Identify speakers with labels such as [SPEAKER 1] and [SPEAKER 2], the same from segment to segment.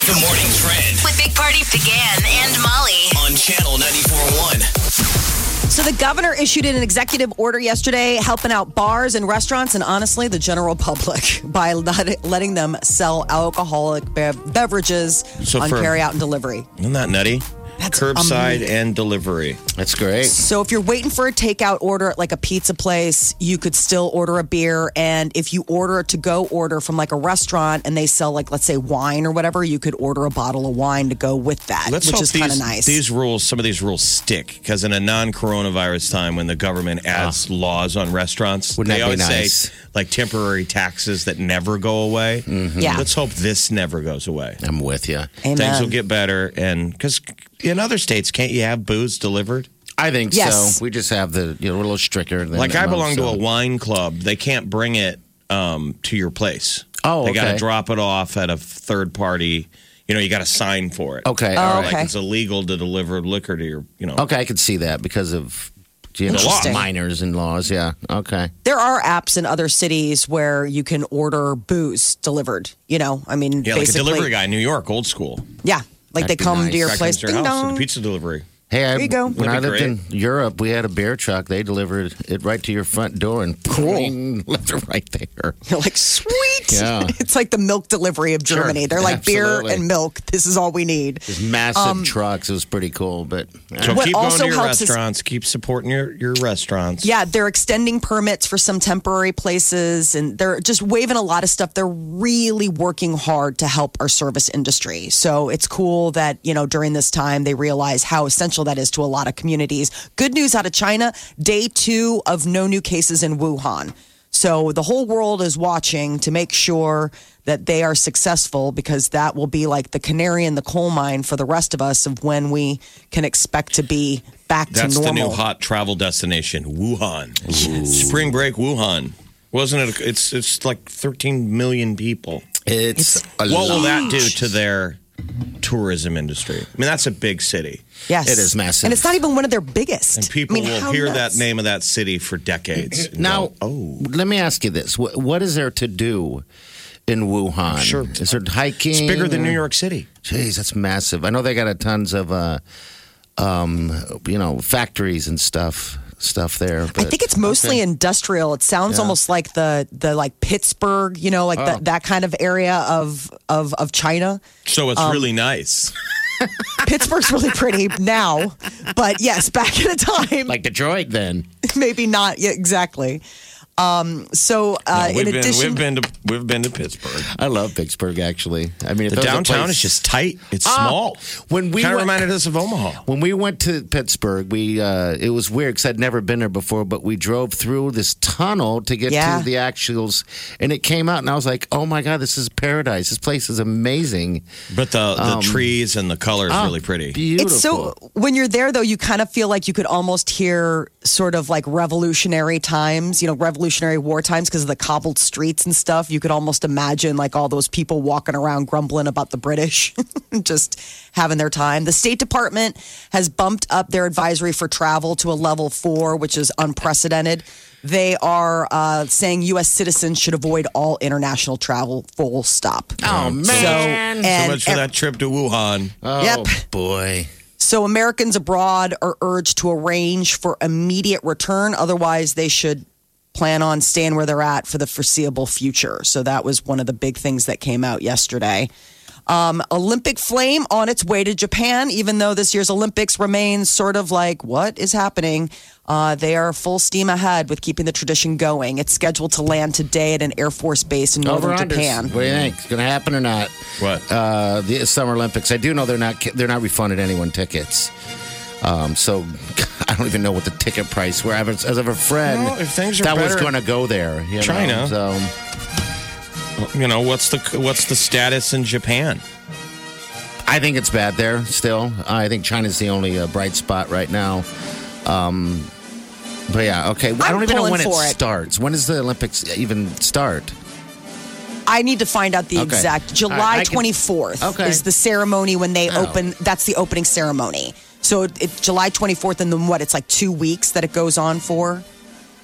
[SPEAKER 1] The morning trend
[SPEAKER 2] with Big Party began and Molly.
[SPEAKER 1] on channel 94.1.
[SPEAKER 3] So the governor issued an executive order yesterday helping out bars and restaurants and honestly the general public by let- letting them sell alcoholic bev- beverages
[SPEAKER 4] So
[SPEAKER 3] on
[SPEAKER 4] for-
[SPEAKER 3] carry out and delivery.
[SPEAKER 4] Isn't that nutty?
[SPEAKER 3] That's
[SPEAKER 4] Curbside and delivery.
[SPEAKER 5] That's great.
[SPEAKER 3] So if you're waiting for a takeout order at like a pizza place, you could still order a beer and if you order a to go order from like a restaurant and they sell like let's say wine or whatever, you could order a bottle of wine to go with that,
[SPEAKER 4] Let's
[SPEAKER 3] which
[SPEAKER 4] hope
[SPEAKER 3] is kind of
[SPEAKER 4] these,
[SPEAKER 3] nice.
[SPEAKER 4] these rules, some of these rules stick because in a non-coronavirus time when the government adds laws on restaurants,
[SPEAKER 5] Ah. Wouldn't
[SPEAKER 4] they
[SPEAKER 5] that
[SPEAKER 4] always
[SPEAKER 5] be
[SPEAKER 4] say
[SPEAKER 5] nice?
[SPEAKER 4] like temporary taxes that never go away.
[SPEAKER 5] Mm-hmm.
[SPEAKER 3] Yeah.
[SPEAKER 4] Let's hope this never goes away.
[SPEAKER 5] I'm with you.
[SPEAKER 4] Things
[SPEAKER 3] Amen.
[SPEAKER 4] will get better, and because in other states, can't you have booze delivered?
[SPEAKER 5] I think
[SPEAKER 3] Yes.
[SPEAKER 5] so. We just have the you know, a little stricter. Than
[SPEAKER 4] Like I
[SPEAKER 5] most,
[SPEAKER 4] belong to
[SPEAKER 5] so.
[SPEAKER 4] a wine club. They can't bring it um, to your place.
[SPEAKER 5] Oh,
[SPEAKER 4] they got to
[SPEAKER 5] okay.
[SPEAKER 4] drop it off at a third party. You know, you got to sign for it.
[SPEAKER 5] Okay,
[SPEAKER 3] Oh,
[SPEAKER 5] all right.
[SPEAKER 4] Like
[SPEAKER 3] okay.
[SPEAKER 4] it's illegal to deliver liquor to your. You know.
[SPEAKER 5] Okay, I could see that because of you know,
[SPEAKER 3] Interesting.
[SPEAKER 5] minors and laws. Yeah. Okay.
[SPEAKER 3] there are apps in other cities where you can order booze delivered. You know, I mean,
[SPEAKER 4] Yeah, like a
[SPEAKER 3] basically,
[SPEAKER 4] delivery guy in New York, old school.
[SPEAKER 3] Yeah, like
[SPEAKER 5] That'd
[SPEAKER 3] they
[SPEAKER 5] be
[SPEAKER 3] come to
[SPEAKER 5] nice.
[SPEAKER 3] your
[SPEAKER 4] Guy comes
[SPEAKER 3] place.
[SPEAKER 4] to
[SPEAKER 3] Ding
[SPEAKER 4] your house with
[SPEAKER 3] dong.
[SPEAKER 4] a pizza delivery.
[SPEAKER 5] Hey, I,
[SPEAKER 3] There you go.
[SPEAKER 5] when I
[SPEAKER 4] That'd be
[SPEAKER 5] lived in Europe, we had a beer truck. They delivered it right to your front door and cool. left it right there.
[SPEAKER 3] You're like, sweet.
[SPEAKER 5] Yeah.
[SPEAKER 3] it's like the milk delivery of
[SPEAKER 5] Sure.
[SPEAKER 3] Germany. They're like beer
[SPEAKER 5] Absolutely.
[SPEAKER 3] and milk. This is all we need.
[SPEAKER 5] These massive
[SPEAKER 3] Um,
[SPEAKER 5] trucks. It was pretty cool, but
[SPEAKER 4] So
[SPEAKER 3] What
[SPEAKER 4] keep going
[SPEAKER 3] also
[SPEAKER 4] to your
[SPEAKER 3] helps is-
[SPEAKER 4] restaurants. keep supporting your, your restaurants.
[SPEAKER 3] Yeah, they're extending permits for some temporary places and they're just waiving a lot of stuff. They're really working hard to help our service industry. So it's cool that, you know, during this time they realize how essential that is to a lot of communities. Good news out of China, day 2 of no new cases in Wuhan. So the whole world is watching to make sure that they are successful because that will be like the canary in the coal mine for the rest of us of when we can expect to be back
[SPEAKER 4] That's
[SPEAKER 3] to
[SPEAKER 4] the
[SPEAKER 3] normal.
[SPEAKER 4] new hot travel destination, Wuhan. Spring break, Wuhan. Wasn't it? It's it's like 13 million people.
[SPEAKER 5] it's, a
[SPEAKER 4] What will that
[SPEAKER 5] lot.
[SPEAKER 4] do to their tourism industry? I mean, that's a big city,
[SPEAKER 3] Yes.
[SPEAKER 5] It is massive.
[SPEAKER 3] And it's not even one of their biggest.
[SPEAKER 4] and people
[SPEAKER 3] I mean,
[SPEAKER 4] will
[SPEAKER 3] how
[SPEAKER 4] hear
[SPEAKER 3] nuts?
[SPEAKER 4] that name of that city for decades. and
[SPEAKER 5] Now,
[SPEAKER 4] go, "Oh,
[SPEAKER 5] let me ask you this: what, what is there to do in Wuhan?
[SPEAKER 4] Sure.
[SPEAKER 5] is there hiking?
[SPEAKER 4] it's bigger than New York City.
[SPEAKER 5] Jeez, that's massive. I know they got a tons of, uh, um, you know, factories and stuff stuff there.
[SPEAKER 3] I
[SPEAKER 5] But
[SPEAKER 3] think it's mostly industrial. It sounds almost like the the like Pittsburgh, you know, like
[SPEAKER 5] Oh.
[SPEAKER 3] that that kind of area of of of China.
[SPEAKER 4] So
[SPEAKER 3] um,
[SPEAKER 4] it's really nice.
[SPEAKER 3] Pittsburgh's really pretty now, but yes, back at a time,
[SPEAKER 5] like Detroit. Then
[SPEAKER 3] maybe not yeah, exactly. Um, so uh,
[SPEAKER 4] we've
[SPEAKER 3] in
[SPEAKER 4] been
[SPEAKER 3] addition,
[SPEAKER 4] we've been to we've been to Pittsburgh.
[SPEAKER 5] I love Pittsburgh. Actually, I mean, if
[SPEAKER 4] The
[SPEAKER 5] there was a
[SPEAKER 4] downtown
[SPEAKER 5] place-
[SPEAKER 4] is just tight. It's
[SPEAKER 5] Ah,
[SPEAKER 4] small.
[SPEAKER 5] when we
[SPEAKER 4] kind of
[SPEAKER 5] went-
[SPEAKER 4] reminded us of Omaha.
[SPEAKER 5] When we went to Pittsburgh, we uh, it was weird because I'd never been there before, but we drove through this tunnel to get
[SPEAKER 3] Yeah.
[SPEAKER 5] to the actuals, and it came out, and I was like, "Oh my god, this is paradise! This place is amazing,
[SPEAKER 4] But the, the trees and the color
[SPEAKER 5] Ah,
[SPEAKER 4] is really pretty.
[SPEAKER 5] beautiful."
[SPEAKER 3] It's so when you're there though, you kind of feel like you could almost hear sort of like revolutionary times, you know, revolutionary war times because of the cobbled streets and stuff. You could almost imagine like all those people walking around grumbling about the British, just having their time. The State Department has bumped up their advisory for travel to a level four, which is unprecedented. They are uh, saying U.S. citizens should avoid all international travel. Full stop.
[SPEAKER 5] oh man,
[SPEAKER 3] So-
[SPEAKER 4] so
[SPEAKER 3] and
[SPEAKER 4] much for
[SPEAKER 3] ev-
[SPEAKER 4] that trip to Wuhan.
[SPEAKER 5] oh
[SPEAKER 3] Yep.
[SPEAKER 5] boy,
[SPEAKER 3] So Americans abroad are urged to arrange for immediate return. Otherwise, they should plan on staying where they're at for the foreseeable future. So that was one of the big things that came out yesterday. Um, Olympic flame on its way to Japan, even though this year's Olympics remains sort of like what is happening. Uh, they are full steam ahead with keeping the tradition going. It's scheduled to land today at an Air Force base in
[SPEAKER 5] over
[SPEAKER 3] northern
[SPEAKER 5] unders.
[SPEAKER 3] Japan.
[SPEAKER 5] What do you think? It's gonna happen or not?
[SPEAKER 4] What?
[SPEAKER 5] Uh, the Summer Olympics. I do know they're not they're not refunding anyone tickets. Um, so I don't even know what the ticket price. Where I have, a- I have a friend
[SPEAKER 4] Well, if things are
[SPEAKER 5] that was
[SPEAKER 4] better-
[SPEAKER 5] going to go there, you know,
[SPEAKER 4] China.
[SPEAKER 5] so.
[SPEAKER 4] you know what's the what's the status in Japan?
[SPEAKER 5] I think it's bad there still. I think China's the only uh, bright spot right now. Um, but yeah, okay. I
[SPEAKER 3] I'm
[SPEAKER 5] don't even know
[SPEAKER 3] pulling
[SPEAKER 5] when it,
[SPEAKER 3] for it.
[SPEAKER 5] starts. When does the Olympics even start?
[SPEAKER 3] I need to find out the
[SPEAKER 5] Okay.
[SPEAKER 3] exact.
[SPEAKER 5] All right,
[SPEAKER 3] July
[SPEAKER 5] I can-
[SPEAKER 3] twenty fourth
[SPEAKER 5] Okay.
[SPEAKER 3] is the ceremony when they
[SPEAKER 5] Oh.
[SPEAKER 3] open. That's the opening ceremony. So it, it- July twenty fourth, and then what? It's like two weeks that it goes on for.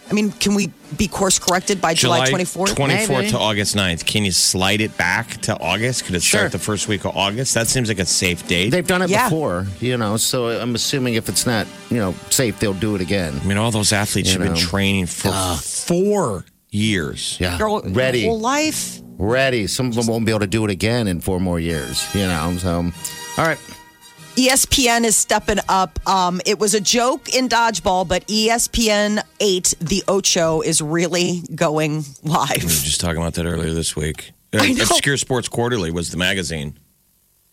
[SPEAKER 3] I mean, can we be course corrected by July twenty fourth?
[SPEAKER 4] 24th to
[SPEAKER 5] Maybe.
[SPEAKER 4] August 9th. Can you slide it back to August? Could it
[SPEAKER 5] Sure.
[SPEAKER 4] start the first week of August? That seems like a safe date.
[SPEAKER 5] They've done it
[SPEAKER 3] Yeah.
[SPEAKER 5] before, you know. So I'm assuming if it's not, you know, safe, they'll do it again.
[SPEAKER 4] I mean, all those athletes
[SPEAKER 5] You
[SPEAKER 4] have been
[SPEAKER 5] know.
[SPEAKER 4] training for four years.
[SPEAKER 5] Yeah,
[SPEAKER 3] Girl,
[SPEAKER 5] ready,
[SPEAKER 3] Whole life.
[SPEAKER 5] ready. Some of them won't be able to do it again in four more years, you know. So, all right.
[SPEAKER 3] E ESPN is stepping up. Um, it was a joke in dodgeball, but E ESPN eight, the Ocho, is really going
[SPEAKER 4] We were
[SPEAKER 3] live,
[SPEAKER 4] just talking about that earlier this week. Uh,
[SPEAKER 3] I know.
[SPEAKER 4] Obscure Sports Quarterly was the magazine.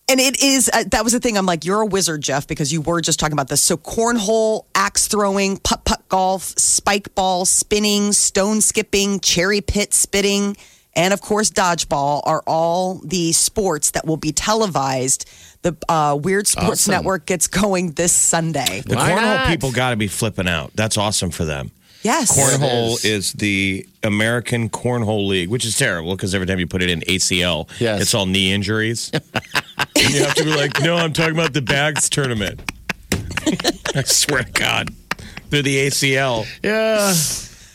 [SPEAKER 3] and it is. Uh, that was the thing. I'm like, you're a wizard, Jeff, because you were just talking about this. So cornhole, axe throwing, putt putt golf, spike ball, spinning, stone skipping, cherry pit spitting, and of course dodgeball are all the sports that will be televised. The uh, Weird Sports
[SPEAKER 5] Awesome.
[SPEAKER 3] Network gets going this Sunday.
[SPEAKER 4] The
[SPEAKER 5] Why
[SPEAKER 4] cornhole
[SPEAKER 5] not?
[SPEAKER 4] people got to be flipping out. That's awesome for them.
[SPEAKER 3] Yes.
[SPEAKER 4] Cornhole
[SPEAKER 5] It
[SPEAKER 4] is. the American Cornhole League, which is terrible because every time you put it in ACL,
[SPEAKER 5] Yes.
[SPEAKER 4] it's all knee injuries. and you have to be like, no, I'm talking about the bags tournament. I swear to God. They're the ACL.
[SPEAKER 5] Yeah.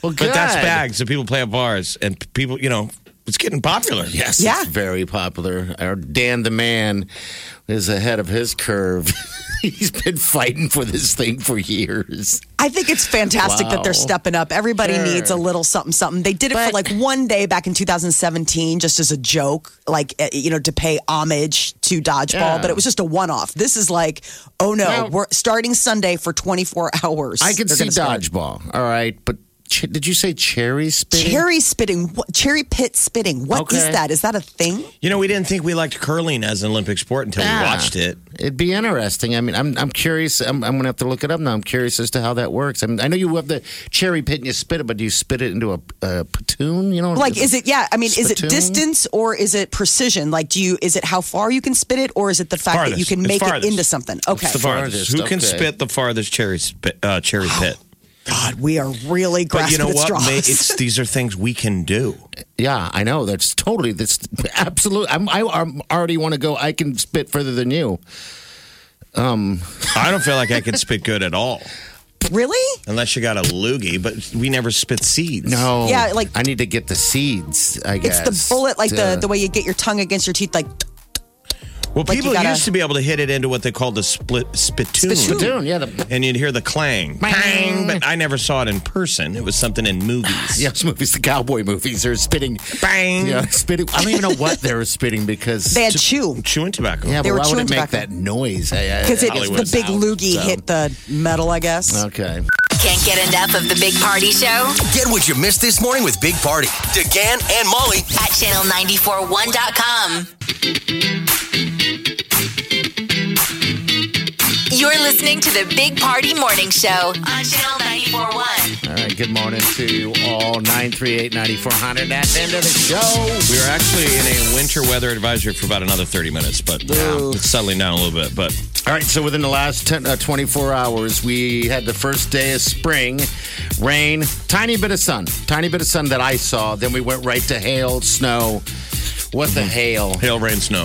[SPEAKER 5] Well, good.
[SPEAKER 4] But that's bags. So people play at bars and people, you know, it's getting popular.
[SPEAKER 5] Yes,
[SPEAKER 3] Yeah.
[SPEAKER 5] it's very popular. Our Dan the Man is ahead of his curve. He's been fighting for this thing for years.
[SPEAKER 3] I think it's fantastic that they're
[SPEAKER 5] Wow.
[SPEAKER 3] stepping up. Everybody
[SPEAKER 5] Sure.
[SPEAKER 3] needs a little something, something. They did it for
[SPEAKER 5] But-
[SPEAKER 3] like one day back in 2017, just as a joke, like, eh, you know, to pay homage to dodgeball,
[SPEAKER 5] Yeah.
[SPEAKER 3] but it was just a one off. This is like, oh no,
[SPEAKER 5] Now-
[SPEAKER 3] we're starting Sunday for 24 hours.
[SPEAKER 5] I can
[SPEAKER 3] They're
[SPEAKER 5] see
[SPEAKER 3] gonna start.
[SPEAKER 5] dodgeball. All right, but ch- did you say cherry spitting?
[SPEAKER 3] Cherry spitting, what, cherry pit spitting. What is
[SPEAKER 5] Okay.
[SPEAKER 3] that? Is that a thing?
[SPEAKER 4] You know, we didn't think we liked curling as an Olympic sport until we
[SPEAKER 5] Yeah.
[SPEAKER 4] watched it.
[SPEAKER 5] It'd be interesting. I mean, I'm I'm curious. I'm, I'm gonna have to look it up now. I'm curious as to how that works. I, mean, I know you have the cherry pit and you spit it, but do you spit it into a, a platoon? You know,
[SPEAKER 3] Like, is it, yeah, I mean, is it
[SPEAKER 5] Spittoon?
[SPEAKER 3] distance or is it precision? Like, do you, is it how far you can spit it or is it the fact that you
[SPEAKER 4] Farthest.
[SPEAKER 3] can
[SPEAKER 4] It's
[SPEAKER 3] make it
[SPEAKER 4] farthest.
[SPEAKER 3] into something? Okay.
[SPEAKER 4] It's the farthest.
[SPEAKER 5] Farthest,
[SPEAKER 4] Who can
[SPEAKER 5] okay.
[SPEAKER 4] spit the farthest cherry spit, uh, cherry pit?
[SPEAKER 3] God, we are really
[SPEAKER 4] But you
[SPEAKER 3] grasping
[SPEAKER 4] know
[SPEAKER 3] at
[SPEAKER 4] what?
[SPEAKER 3] straws.
[SPEAKER 4] Mate, it's these are things we can do.
[SPEAKER 5] Yeah, I know. That's totally. That's absolute. I'm, I I'm already want to go. I can spit further than you.
[SPEAKER 4] I don't feel like I could spit good at all
[SPEAKER 3] really?
[SPEAKER 4] unless you got a loogie. But we never spit seeds.
[SPEAKER 5] No.
[SPEAKER 3] Yeah, like-
[SPEAKER 5] I need to get the seeds. I
[SPEAKER 3] It's
[SPEAKER 5] guess
[SPEAKER 3] the bullet, like
[SPEAKER 5] Uh,
[SPEAKER 3] the, the way you get your tongue against your teeth, like
[SPEAKER 4] Well,
[SPEAKER 3] Like you
[SPEAKER 4] people
[SPEAKER 3] gotta-
[SPEAKER 4] used to be able to hit it into what they called the split spittoon.
[SPEAKER 5] platoon. Yeah, the
[SPEAKER 4] And you'd hear the clang, bang. But I never saw it in person. It was something in movies.
[SPEAKER 5] yes movies, the cowboy movies are spitting.
[SPEAKER 4] Bang.
[SPEAKER 5] Yeah, spitting. I don't even know what they were spitting because
[SPEAKER 3] they had chew
[SPEAKER 4] Chewing tobacco.
[SPEAKER 5] yeah,
[SPEAKER 3] they
[SPEAKER 5] but
[SPEAKER 3] were
[SPEAKER 5] why would
[SPEAKER 3] chewing
[SPEAKER 5] it make
[SPEAKER 3] tobacco.
[SPEAKER 5] that noise? I- I-
[SPEAKER 3] because it the
[SPEAKER 4] Hollywood's
[SPEAKER 3] big
[SPEAKER 4] out,
[SPEAKER 3] loogie
[SPEAKER 5] so.
[SPEAKER 3] hit the metal, I guess.
[SPEAKER 5] okay.
[SPEAKER 2] Can't get enough of the Big Party Show
[SPEAKER 1] Get what you missed this morning with Big Party. DeGan and Molly
[SPEAKER 2] at channel941.com. You're listening to the Big Party Morning Show on channel 941.
[SPEAKER 5] All right. Good morning to you all. Nine three eight ninety four hundred. That's the end of the show.
[SPEAKER 4] We were actually in a winter weather advisory for about another 30 minutes, but um, it's settling down a little bit. But
[SPEAKER 5] All right, so within the last 10, uh, 24 hours, we had the first day of spring, rain, tiny bit of sun, tiny bit of sun that I saw. Then we went right to hail, snow. What
[SPEAKER 4] Mm-hmm.
[SPEAKER 5] the hail?
[SPEAKER 4] hail, rain, snow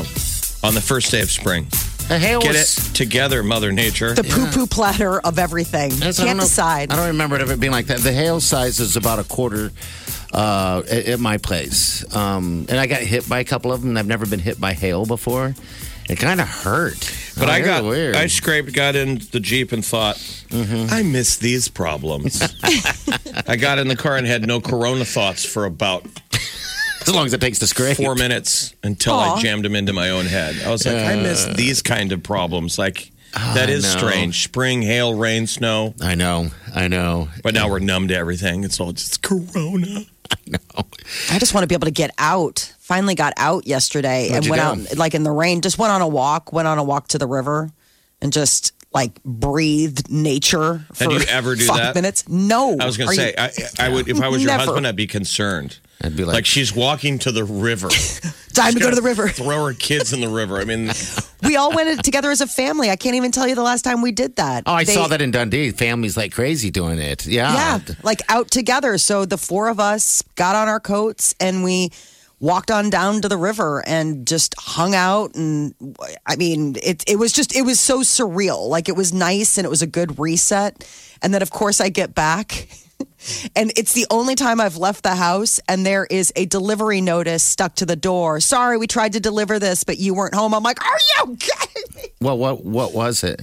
[SPEAKER 4] on the first day of spring.
[SPEAKER 5] The hail
[SPEAKER 4] Get it
[SPEAKER 5] was.
[SPEAKER 4] together, Mother Nature.
[SPEAKER 3] The poo poo platter of everything.
[SPEAKER 5] That's- I
[SPEAKER 3] Can't
[SPEAKER 5] don't know-
[SPEAKER 3] decide.
[SPEAKER 5] I don't remember it ever being like that. The hail size is about a quarter uh, at, at my place, um, and I got hit by a couple of them. and I've never been hit by hail before. It kind of hurt,
[SPEAKER 4] But
[SPEAKER 5] Oh,
[SPEAKER 4] I
[SPEAKER 5] you're
[SPEAKER 4] got,
[SPEAKER 5] weird. Mm-hmm.
[SPEAKER 4] I scraped, got in the Jeep and thought, I miss these problems. I got in the car and had no corona thoughts for about
[SPEAKER 5] as long as it takes to scrape.
[SPEAKER 4] four minutes until
[SPEAKER 3] Aw.
[SPEAKER 4] I jammed them into my own head. I was like, I miss these kind of problems. Like, that is
[SPEAKER 5] Uh. Ah, no.
[SPEAKER 4] strange. Spring, hail, rain, snow.
[SPEAKER 5] I know, I know,
[SPEAKER 4] But now we're numb to everything. It's all just corona.
[SPEAKER 5] no.
[SPEAKER 3] I just want to be able to get out. Finally got out yesterday
[SPEAKER 5] Where'd
[SPEAKER 3] and
[SPEAKER 5] you
[SPEAKER 3] went
[SPEAKER 5] go?
[SPEAKER 3] out like in the rain. Just went on a walk. Went on a walk to the river and just like breathed nature. For
[SPEAKER 4] And do you ever do
[SPEAKER 3] five
[SPEAKER 4] that?
[SPEAKER 3] Minutes? No.
[SPEAKER 4] I was going
[SPEAKER 3] Are
[SPEAKER 4] to
[SPEAKER 3] you-
[SPEAKER 4] say, I, I would if I was your
[SPEAKER 3] Never.
[SPEAKER 4] husband, I'd be concerned.
[SPEAKER 5] I'd be like-
[SPEAKER 4] she's walking to the river.
[SPEAKER 3] Time to go to the river.
[SPEAKER 4] Throw our kids in the river. I mean,
[SPEAKER 3] We all went together as a family. I can't even tell you the last time we did that.
[SPEAKER 5] Oh, I
[SPEAKER 3] They-
[SPEAKER 5] saw that in Dundee. Families like crazy doing it.
[SPEAKER 3] Yeah,
[SPEAKER 5] Yeah.
[SPEAKER 3] like out together. So the four of us got on our coats and we walked on down to the river and just hung out. And I mean, it it was just it was so surreal. Like it was nice and it was a good reset. And then of course I get back. And it's the only time I've left the house, and there is a delivery notice stuck to the door. Sorry, we tried to deliver this, but you weren't home. I'm like, are you kidding me?
[SPEAKER 5] Well, what what was it?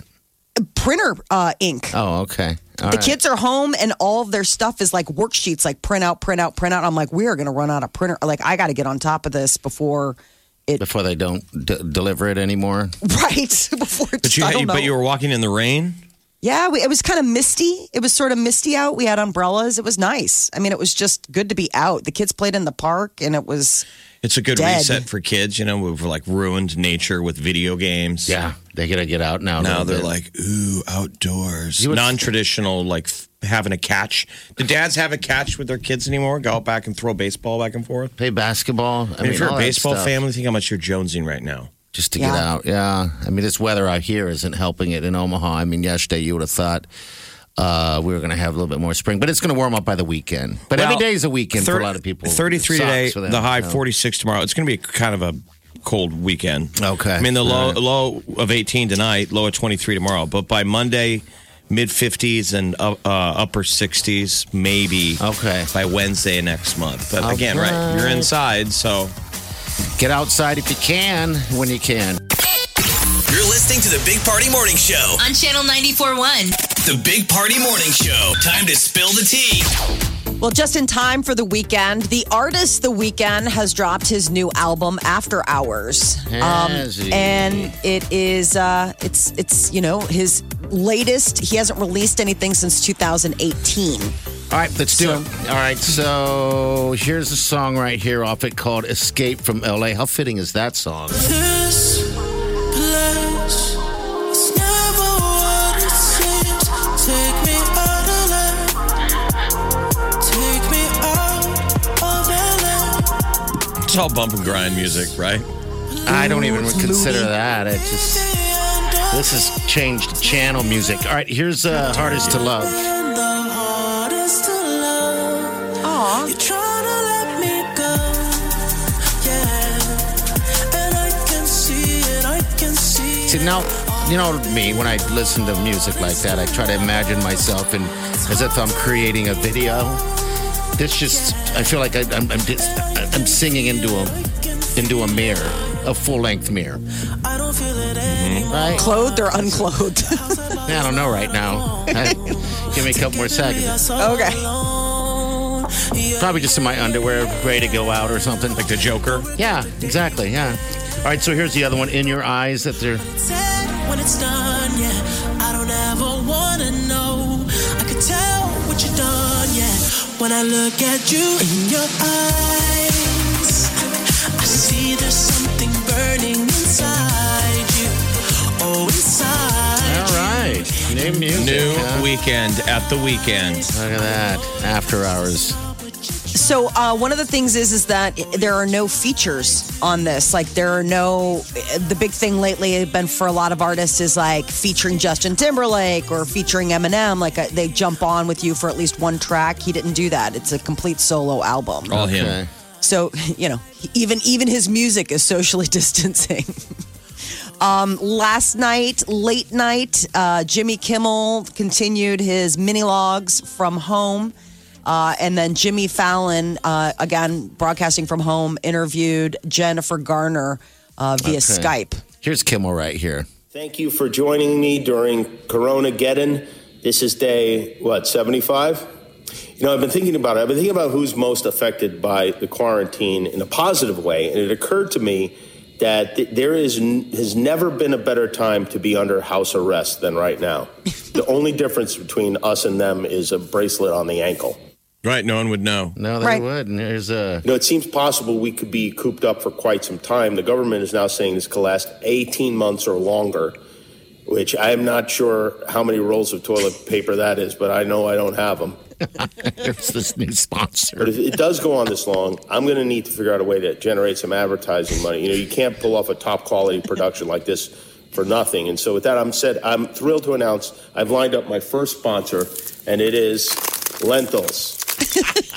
[SPEAKER 3] Printer uh, ink.
[SPEAKER 5] Oh, okay. All
[SPEAKER 3] The
[SPEAKER 5] right.
[SPEAKER 3] kids are home and all of their stuff is like worksheets, like print out, print out, print out. I'm like, we are going to run out of printer. Like, I got to get on top of this before,
[SPEAKER 5] before they don't d- deliver it anymore.
[SPEAKER 3] right? before it's,
[SPEAKER 4] but you,
[SPEAKER 3] I don't know.
[SPEAKER 4] but you were walking in the rain.
[SPEAKER 3] yeah, we, it was kind of misty. It was sort of misty out. We had umbrellas. It was nice. I mean, it was just good to be out. The kids played in the park and it was,
[SPEAKER 4] It's a good
[SPEAKER 3] Dead.
[SPEAKER 4] reset for kids. You know, we've like ruined nature with video games.
[SPEAKER 5] Yeah, they gotta get out now. a
[SPEAKER 4] Now they're
[SPEAKER 5] little bit.
[SPEAKER 4] like, ooh, outdoors.
[SPEAKER 5] would-
[SPEAKER 4] Non traditional, like f- having a catch. Do dads have a catch with their kids anymore? Go out back and throw baseball back and forth?
[SPEAKER 5] play basketball. I
[SPEAKER 4] I mean, if you're
[SPEAKER 5] all
[SPEAKER 4] a
[SPEAKER 5] that
[SPEAKER 4] baseball
[SPEAKER 5] stuff,
[SPEAKER 4] family, think how much you're jonesing right now.
[SPEAKER 5] just to
[SPEAKER 3] Yeah.
[SPEAKER 5] get out. Yeah, I mean, this weather out here isn't helping it in Omaha. I mean, yesterday you would have thought. Uh, we were going to have a little bit more spring, but it's going to warm up by the weekend. But every day is a weekend for a lot of people. It
[SPEAKER 4] 33
[SPEAKER 5] sucks
[SPEAKER 4] today,
[SPEAKER 5] for them,
[SPEAKER 4] the high
[SPEAKER 5] you know.
[SPEAKER 4] 46 tomorrow. It's going to be kind of a cold weekend.
[SPEAKER 5] Okay.
[SPEAKER 4] I mean, the low,
[SPEAKER 5] All right.
[SPEAKER 4] low of 18 tonight, low of 23 tomorrow. But by Monday, mid 50s and uh, uh, upper 60s, maybe.
[SPEAKER 5] Okay.
[SPEAKER 4] By Wednesday next month. But again, right,
[SPEAKER 5] Okay.
[SPEAKER 4] you're inside, so.
[SPEAKER 5] Get outside if you can when you can.
[SPEAKER 1] You're listening to the Big Party Morning Show.
[SPEAKER 2] On Channel 94.1.
[SPEAKER 1] The Big Party Morning Show. Time to spill the tea.
[SPEAKER 3] well, just in time for the weekend. The artist The Weekend has dropped his new album, After Hours. Um,
[SPEAKER 5] Has he?
[SPEAKER 3] and it is uh it's it's you know his latest he hasn't released anything since 2018
[SPEAKER 5] All right, let's do
[SPEAKER 3] So-
[SPEAKER 5] it. All right, so here's a song right here off it called "Escape from L.A." How fitting is that song?
[SPEAKER 6] This place is never what it seems. Take me out of LA. Take me out of LA.
[SPEAKER 4] It's all bump and grind music, right?
[SPEAKER 5] I don't even consider that. It just
[SPEAKER 6] The end of
[SPEAKER 5] this has changed channel music. All right, here's uh, "Hardest to Love."
[SPEAKER 6] and the hardest to love. You're tryna let me go. Yeah. And I can see it, I can see
[SPEAKER 5] See
[SPEAKER 6] it.
[SPEAKER 5] now, you know me when I listen to music like that, I try to imagine myself in as if I'm creating a video. This just, I feel like I, I'm, I'm just, I'm singing into a into a mirror, a full length mirror,
[SPEAKER 6] I don't feel it anymore.
[SPEAKER 5] right?
[SPEAKER 3] clothed or unclothed
[SPEAKER 5] I don't know right now. Give me a couple more seconds.
[SPEAKER 3] okay
[SPEAKER 5] Probably just in my underwear, ready to go out or something.
[SPEAKER 4] Like the Joker.
[SPEAKER 5] Yeah, exactly. Yeah. All right, so here's the other one, "In Your Eyes." That they're
[SPEAKER 6] said when it's done, yeah. I don't ever wanna know. I could tell what you done, yeah. When I look at you in your eyes, I see there's something burning inside you. Oh, inside.
[SPEAKER 5] all right. New music.
[SPEAKER 4] New
[SPEAKER 5] huh?
[SPEAKER 4] weekend at the weekend.
[SPEAKER 5] Look at that. After hours.
[SPEAKER 3] so uh, one of the things is is that there are no features on this like there are no the big thing lately has been for a lot of artists is like featuring justin timberlake or featuring eminem like uh, they jump on with you for at least one track he didn't do that it's a complete solo album
[SPEAKER 4] All
[SPEAKER 5] Okay.
[SPEAKER 4] him.
[SPEAKER 3] So, you know, even even his music is socially distancing. um, last night, late night, uh, Jimmy Kimmel continued his mini logs from home. Uh, and then Jimmy Fallon, uh, again, broadcasting from home, interviewed Jennifer Garner uh, via
[SPEAKER 5] Okay.
[SPEAKER 3] Skype.
[SPEAKER 5] Here's Kimmel right here.
[SPEAKER 7] Thank you for joining me during Corona Geddon. This is day, what, 75? You know, I've been thinking about it. I've been thinking about who's most affected by the quarantine in a positive way. And it occurred to me that th- there is n- has never been a better time to be under house arrest than right now. the only difference between us and them is a bracelet on the ankle.
[SPEAKER 4] Right, no one would know.
[SPEAKER 5] No, they uh,
[SPEAKER 3] Right.
[SPEAKER 5] would. And there's a.
[SPEAKER 7] You know, it seems possible we could be cooped up for quite some time. The government is now saying this could last 18 months or longer, which I am not sure how many rolls of toilet paper that is, but I know I don't have them.
[SPEAKER 5] There's this new
[SPEAKER 7] But
[SPEAKER 5] sponsor.
[SPEAKER 7] if it does go on this long, I'm going to need to figure out a way to generate some advertising money. You know, you can't pull off a top quality production like this for nothing. And so, with that, I'm said, I'm thrilled to announce I've lined up my first sponsor, and it is lentils.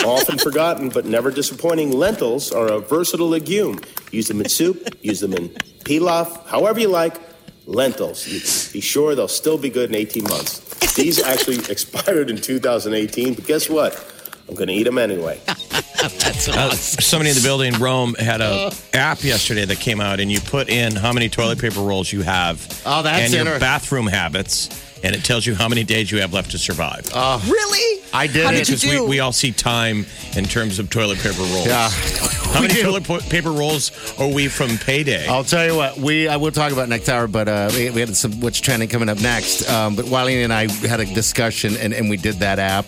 [SPEAKER 7] Often forgotten, but never disappointing, lentils are a versatile legume. Use them in soup, use them in pilaf, however you like. Lentils. You- Be sure they'll still be good in 18 months. These actually expired in 2018, but guess what? I'm going to eat them anyway.
[SPEAKER 4] Uh, somebody in the building, Rome, had a app yesterday that came out, and you put in how many toilet paper rolls you have,
[SPEAKER 5] Oh, that's
[SPEAKER 4] and your
[SPEAKER 5] inter-
[SPEAKER 4] bathroom habits, and it tells you how many days you have left to survive.
[SPEAKER 5] Oh,
[SPEAKER 3] Really?
[SPEAKER 5] I did
[SPEAKER 3] How
[SPEAKER 5] it.
[SPEAKER 3] did you
[SPEAKER 4] Because we,
[SPEAKER 3] do?
[SPEAKER 4] we all see time in terms of toilet paper rolls.
[SPEAKER 5] Yeah.
[SPEAKER 4] How
[SPEAKER 5] We
[SPEAKER 4] many
[SPEAKER 5] do. Oh,
[SPEAKER 4] toilet po- paper rolls are we from payday?
[SPEAKER 5] I'll tell you what we I will talk about next hour, but uh, we, we had some what's trending coming up next. Um, but Wiley and I had a discussion, and, and we did that app,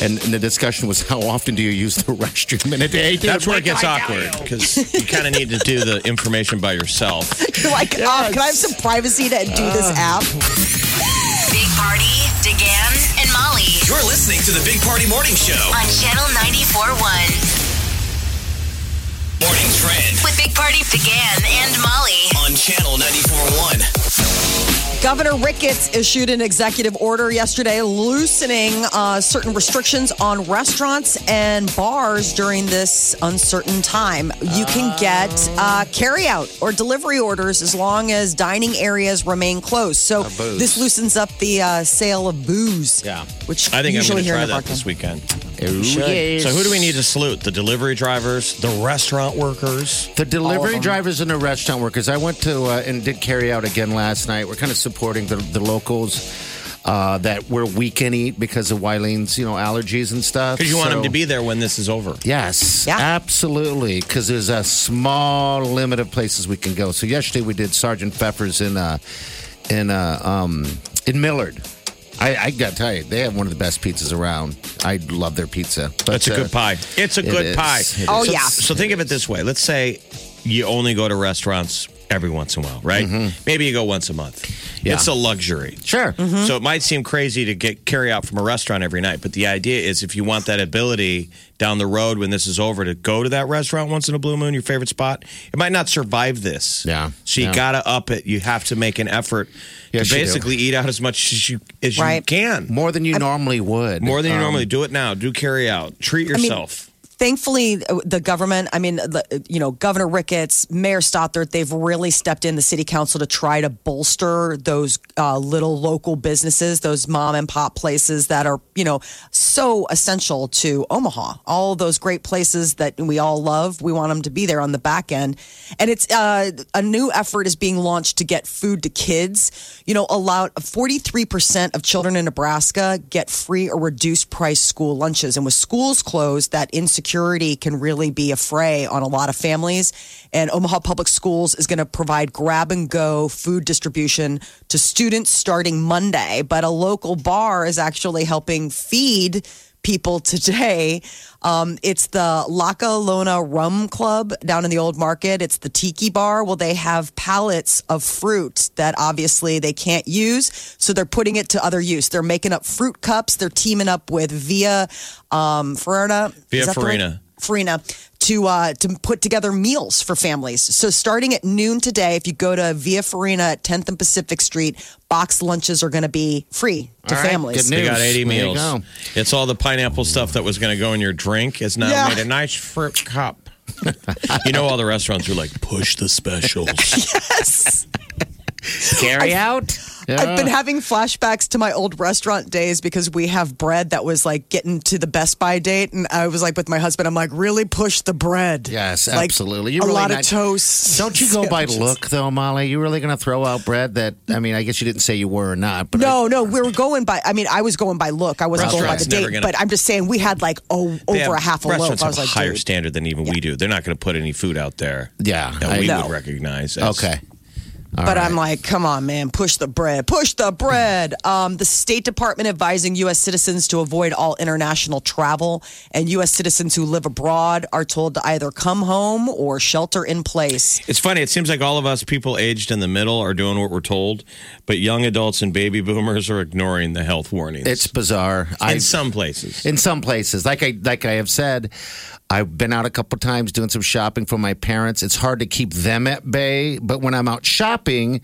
[SPEAKER 5] and, and the discussion was how often do you use the restroom in a day? Dude,
[SPEAKER 4] That's where it
[SPEAKER 5] what
[SPEAKER 4] gets
[SPEAKER 5] do I
[SPEAKER 4] awkward
[SPEAKER 5] tell you?
[SPEAKER 4] because you kind of need to do the information by yourself.
[SPEAKER 3] You're like, oh, can I have some privacy to do this app?
[SPEAKER 2] Big Party, DeGan, and Molly
[SPEAKER 1] You're listening to the Big Party Morning Show.
[SPEAKER 2] on Channel 94.1
[SPEAKER 1] Morning Trend
[SPEAKER 2] with Big Party, DeGan, and Molly.
[SPEAKER 1] on Channel 94.1.
[SPEAKER 3] Governor Ricketts issued an executive order yesterday loosening uh, certain restrictions on restaurants and bars during this uncertain time. You can get uh, carryout or delivery orders as long as dining areas remain closed. So
[SPEAKER 5] booze.
[SPEAKER 3] this loosens up the uh, sale of booze.
[SPEAKER 5] Yeah.
[SPEAKER 3] which
[SPEAKER 4] I think I'm
[SPEAKER 3] usually
[SPEAKER 4] going to
[SPEAKER 3] here
[SPEAKER 4] try
[SPEAKER 3] in
[SPEAKER 4] that
[SPEAKER 3] Nebraska.
[SPEAKER 4] this weekend.
[SPEAKER 5] Ooh, yes.
[SPEAKER 4] So, who do we need to salute? The delivery drivers, the restaurant workers.
[SPEAKER 5] The
[SPEAKER 3] All of
[SPEAKER 5] delivery
[SPEAKER 3] them.
[SPEAKER 5] drivers and the restaurant workers. I went to uh, and did carry out again last night. We're kind of supporting the, the locals uh, that where we can eat because of Wylene's, you know, allergies and stuff.
[SPEAKER 4] Because you want
[SPEAKER 5] So-
[SPEAKER 4] them to be there when this is over.
[SPEAKER 5] Yes,
[SPEAKER 3] Yeah.
[SPEAKER 5] absolutely. Because there's a small limit of places we can go. So yesterday we did Sergeant Pepper's in uh, in uh, um, in Millard. I, I gotta tell you, they have one of the best pizzas around. I love their pizza. But,
[SPEAKER 4] That's a good
[SPEAKER 5] uh,
[SPEAKER 4] pie. It's a
[SPEAKER 5] it
[SPEAKER 4] good
[SPEAKER 5] is.
[SPEAKER 4] pie.
[SPEAKER 5] It
[SPEAKER 3] Oh,
[SPEAKER 4] so,
[SPEAKER 3] yeah.
[SPEAKER 4] So think of it this way. Let's say you only go to restaurants every once in a while, right? Maybe you go once a month.
[SPEAKER 5] Mm-hmm. Yeah.
[SPEAKER 4] It's a luxury.
[SPEAKER 5] Sure.
[SPEAKER 3] Mm-hmm.
[SPEAKER 4] So it might seem crazy to get carry out from a restaurant every night, but the idea is if you want that ability down the road when this is over to go to that restaurant once in a blue moon, your favorite spot, it might not survive this.
[SPEAKER 5] Yeah.
[SPEAKER 4] So you
[SPEAKER 5] Yeah.
[SPEAKER 4] gotta up it. You have to make an effort
[SPEAKER 5] Yes,
[SPEAKER 4] to
[SPEAKER 5] you do.
[SPEAKER 4] basically eat out as much as you as you
[SPEAKER 3] Right.
[SPEAKER 4] can.
[SPEAKER 5] More than you normally would.
[SPEAKER 4] More than you
[SPEAKER 5] Um,
[SPEAKER 4] normally do it now. Do carry out. Treat yourself.
[SPEAKER 3] thankfully uh, the government i mean the, you know governor ricketts mayor stothert they've really stepped in the city council to try to bolster those uh, little local businesses those mom and pop places that are you know so essential to omaha all of those great places that we all love we want them to be there on the back end and it's uh, a new effort is being launched to get food to kids you know allowed 43% of children in nebraska get free or reduced price school lunches and with schools closed that insecurity can really be a fray on a lot of families and omaha public schools is going to provide grab and go food distribution to students starting monday but a local bar is actually helping feed people today. Um, it's the Laka Lona Rum Club down in the old market. It's the tiki bar. Well, they have pallets of fruit that obviously they can't use, so they're putting it to other use. They're making up fruit cups. They're teaming up with Via um, Ferna.
[SPEAKER 4] Via
[SPEAKER 3] Is that the right-
[SPEAKER 4] Farina.
[SPEAKER 3] Farina to uh, to put together meals for families. So starting at noon today, if you go to Via Farina at 10th and Pacific Street, box lunches are going to be free to
[SPEAKER 5] All right,
[SPEAKER 3] families.
[SPEAKER 5] good news.
[SPEAKER 4] They got 80
[SPEAKER 5] There you
[SPEAKER 4] meals.
[SPEAKER 5] go.
[SPEAKER 4] It's all the pineapple stuff that was going to go in your drink. It's now
[SPEAKER 3] Yeah.
[SPEAKER 4] made a nice fruit cup. you know, all the restaurants are like, push the specials.
[SPEAKER 5] Carry out.
[SPEAKER 3] I've been having flashbacks to my old restaurant days because we have bread that was like getting to the Best Buy date, and I was like with my husband, I'm like really push the bread.
[SPEAKER 5] Yes,
[SPEAKER 3] Like,
[SPEAKER 5] absolutely.
[SPEAKER 3] a
[SPEAKER 5] really
[SPEAKER 3] lot
[SPEAKER 5] not-
[SPEAKER 3] of toast.
[SPEAKER 5] Don't you go by
[SPEAKER 3] sandwiches.
[SPEAKER 5] look though, Molly? You really gonna throw out bread that I mean, I guess you didn't say you were or not, but
[SPEAKER 3] No, no, we were going by. I mean, I was going by look. I wasn't going by
[SPEAKER 4] Restaurants
[SPEAKER 3] the
[SPEAKER 4] never
[SPEAKER 3] date,
[SPEAKER 4] gonna-
[SPEAKER 3] but I'm just saying we had like oh,
[SPEAKER 4] They
[SPEAKER 3] over a
[SPEAKER 4] have-
[SPEAKER 3] half a loaf.
[SPEAKER 4] Restaurants
[SPEAKER 3] I
[SPEAKER 4] have
[SPEAKER 3] was
[SPEAKER 4] a
[SPEAKER 3] like,
[SPEAKER 4] higher
[SPEAKER 3] dude.
[SPEAKER 4] standard than even we do. They're not going to put any food out there
[SPEAKER 5] Yeah,
[SPEAKER 4] that
[SPEAKER 5] I
[SPEAKER 4] we
[SPEAKER 3] know.
[SPEAKER 4] would recognize
[SPEAKER 5] I,
[SPEAKER 4] as
[SPEAKER 5] okay.
[SPEAKER 3] but I'm like, come on, man, push the bread, push the bread. Um, the State Department advising U.S. citizens to avoid all international travel, and U.S. citizens who live abroad are told to either come home or shelter in place.
[SPEAKER 4] It's funny. It seems like all of us people aged in the middle are doing what we're told, but young adults and baby boomers are ignoring the health warnings.
[SPEAKER 5] It's bizarre.
[SPEAKER 4] in
[SPEAKER 5] I
[SPEAKER 4] some places.
[SPEAKER 5] in some places, like I like I have said, I've been out a couple times doing some shopping for my parents. It's hard to keep them at bay, but when I'm out shopping,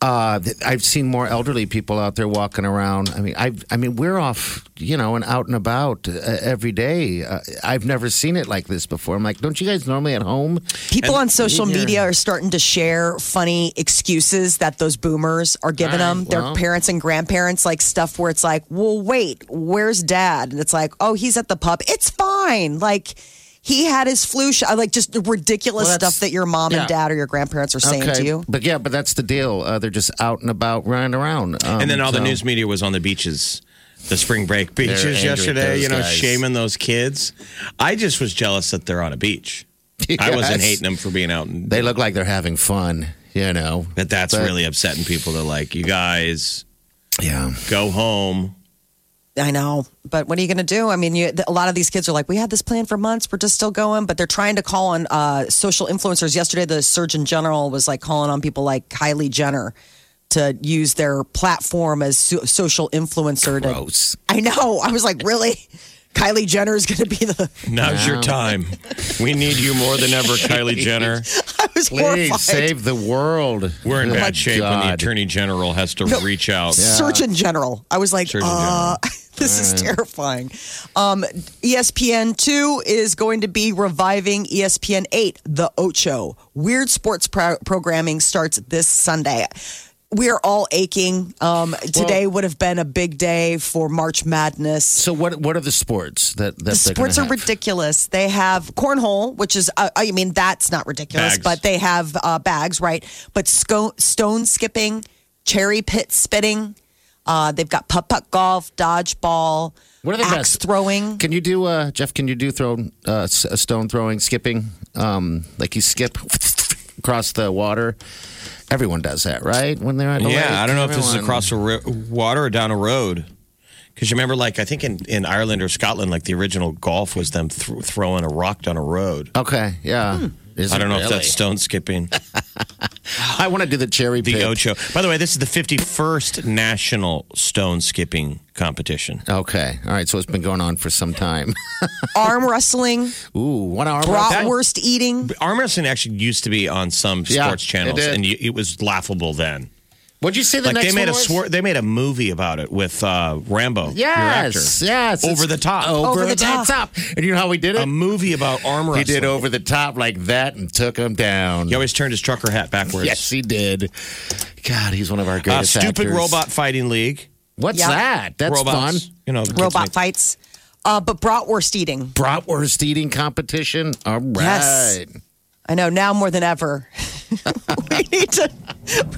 [SPEAKER 5] uh, th- I've seen more elderly people out there walking around. I mean, I I mean we're off, you know, and out and about uh, every day. Uh, I've never seen it like this before. I'm like, don't you guys normally at home?
[SPEAKER 3] People on social media are starting to share funny excuses that those boomers are giving
[SPEAKER 5] All right,
[SPEAKER 3] them, their
[SPEAKER 5] well.
[SPEAKER 3] parents and grandparents, like stuff where it's like, well, wait, where's dad? And it's like, oh, he's at the pub. It's fine. Like, he had his flu shot. Like, just the ridiculous
[SPEAKER 5] Well, that's-
[SPEAKER 3] stuff that your mom and
[SPEAKER 5] yeah.
[SPEAKER 3] dad or your grandparents are saying to you.
[SPEAKER 5] but yeah, but that's the deal. Uh, they're just out and about, running around. Um,
[SPEAKER 4] and then all the
[SPEAKER 5] so-
[SPEAKER 4] news media was on the beaches, the spring break beaches
[SPEAKER 5] angry at
[SPEAKER 4] yesterday,
[SPEAKER 5] those
[SPEAKER 4] you know,
[SPEAKER 5] guys.
[SPEAKER 4] shaming those kids. I just was jealous that they're on a beach. I wasn't
[SPEAKER 5] Yes.
[SPEAKER 4] hating them for being out. And,
[SPEAKER 5] They look like they're having fun, you know.
[SPEAKER 4] but that's
[SPEAKER 5] But-
[SPEAKER 4] really upsetting people. They're like, you guys,
[SPEAKER 5] Yeah.
[SPEAKER 4] go home.
[SPEAKER 3] I know, but what are you going to do? I mean, you, a lot of these kids are like, we had this plan for months, we're just still going, but they're trying to call on uh, social influencers. Yesterday, the Surgeon General was like calling on people like Kylie Jenner to use their platform as so- social influencer. To,
[SPEAKER 5] Gross.
[SPEAKER 3] I know. I was like, really? Kylie Jenner is going to be the.
[SPEAKER 4] Now's your time. We need you more than ever, Kylie Jenner.
[SPEAKER 3] I was
[SPEAKER 5] Please
[SPEAKER 3] horrified.
[SPEAKER 5] save the world.
[SPEAKER 4] We're in
[SPEAKER 5] Oh my
[SPEAKER 4] bad shape when the
[SPEAKER 5] God.
[SPEAKER 4] attorney general has to reach out.
[SPEAKER 3] Surgeon General. I was like,
[SPEAKER 4] Surgeon
[SPEAKER 3] uh, this is terrifying. Um, ESPN 2 is going to be reviving E ESPN 8, The Ocho. Weird sports pro- programming starts this Sunday. We are all aching. Um, today would have been a big day for March Madness
[SPEAKER 5] So what? What are the sports that? that
[SPEAKER 3] the
[SPEAKER 5] they're
[SPEAKER 3] sports are
[SPEAKER 5] gonna have?
[SPEAKER 3] ridiculous. They have cornhole, which is, uh, I mean, that's not ridiculous,
[SPEAKER 4] Bags.
[SPEAKER 3] but they have uh, bags, right? But sco- stone skipping, cherry pit spitting. Uh, they've got putt putt golf, dodgeball,
[SPEAKER 5] What are the
[SPEAKER 3] axe
[SPEAKER 5] best
[SPEAKER 3] throwing.
[SPEAKER 5] Can you do uh, Jeff? Can you do throw uh, s- uh, stone throwing, skipping? Um, like you skip across the water. Everyone does that, right? When they're at the lake,
[SPEAKER 4] Yeah, I don't know if this is
[SPEAKER 5] everyone-
[SPEAKER 4] across a ri- water or down a road. Because you remember, like, I think in, in Ireland or Scotland, like, the original golf was them thr throwing a rock down a road.
[SPEAKER 5] Okay, yeah.
[SPEAKER 3] Hmm.
[SPEAKER 5] Is
[SPEAKER 4] I
[SPEAKER 5] it
[SPEAKER 4] don't know if
[SPEAKER 5] really?
[SPEAKER 4] that's stone skipping.
[SPEAKER 5] I want to do the cherry
[SPEAKER 4] The
[SPEAKER 5] pit.
[SPEAKER 4] Ocho. By the way, this is the 51st national stone skipping competition.
[SPEAKER 5] Okay, all right. So it's been going on for some time.
[SPEAKER 3] Arm wrestling,
[SPEAKER 5] Ooh, one arm.
[SPEAKER 3] bratwurst eating.
[SPEAKER 4] Arm wrestling actually used to be on some
[SPEAKER 5] Yeah,
[SPEAKER 4] sports
[SPEAKER 5] it
[SPEAKER 4] channels,
[SPEAKER 5] did.
[SPEAKER 4] and you, it was laughable then.
[SPEAKER 5] What'd you say the
[SPEAKER 4] Like
[SPEAKER 5] next
[SPEAKER 4] they made
[SPEAKER 5] one
[SPEAKER 4] a
[SPEAKER 5] was?
[SPEAKER 4] swor- they made a movie about it with uh, Rambo. your actor.
[SPEAKER 5] Yes, yes.
[SPEAKER 4] Over the
[SPEAKER 5] it's
[SPEAKER 4] top.
[SPEAKER 5] Over,
[SPEAKER 3] Over the
[SPEAKER 5] the, top. And you know how we did it?
[SPEAKER 4] A movie about arm
[SPEAKER 5] he
[SPEAKER 4] wrestling.
[SPEAKER 5] did over the top like that and took him down.
[SPEAKER 4] He always turned his trucker hat backwards.
[SPEAKER 5] yes, he did. God, he's one of our
[SPEAKER 4] Uh,
[SPEAKER 5] greatest
[SPEAKER 4] stupid
[SPEAKER 5] actors.
[SPEAKER 4] robot fighting league.
[SPEAKER 5] What's
[SPEAKER 3] Yeah.
[SPEAKER 5] that? That's
[SPEAKER 4] Robots.
[SPEAKER 5] fun.
[SPEAKER 4] You know, the kids
[SPEAKER 3] robot
[SPEAKER 4] make-
[SPEAKER 3] fights, uh, but bratwurst eating.
[SPEAKER 5] Bratwurst eating competition. All right.
[SPEAKER 3] Yes. I know now more than ever. we need to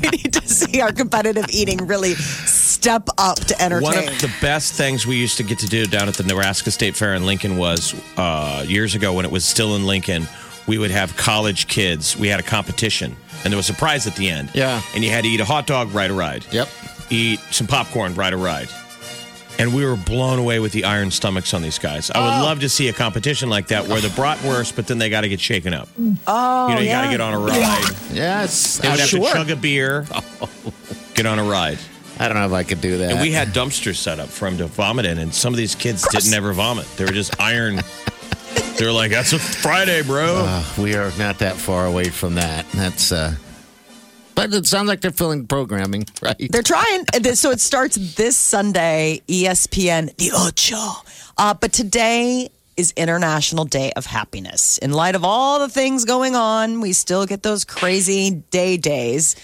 [SPEAKER 3] we need to see our competitive eating really step up to entertain.
[SPEAKER 4] One of the best things we used to get to do down at the Nebraska State Fair in Lincoln was uh, years ago when it was still in Lincoln. We would have college kids. We had a competition, and there was a prize at the end.
[SPEAKER 5] Yeah.
[SPEAKER 4] and you had to eat a hot dog, ride a ride.
[SPEAKER 5] Yep.
[SPEAKER 4] Eat some popcorn, ride a ride. And we were blown away with the iron stomachs on these guys. I would love to see a competition like that where the bratwurst, but then they got to get shaken up. Oh, you know, you got to
[SPEAKER 3] yeah.
[SPEAKER 4] get on a ride.
[SPEAKER 5] Yes.
[SPEAKER 4] They would
[SPEAKER 5] Uh,
[SPEAKER 4] have
[SPEAKER 5] sure.
[SPEAKER 4] to chug a beer, Oh. get on a ride.
[SPEAKER 5] I don't know if I could do that.
[SPEAKER 4] And we had dumpsters set up for them to vomit in, and some of these kids didn't ever vomit. They were just iron. they were like, that's a Friday, bro.
[SPEAKER 5] we are not that far away from that. That's uh but it sounds like they're filling programming, right?
[SPEAKER 3] They're trying. And then- So it starts this Sunday, E ESPN, the Ocho. Uh, but today is International Day of Happiness. In light of all the things going on, we still get those crazy day days.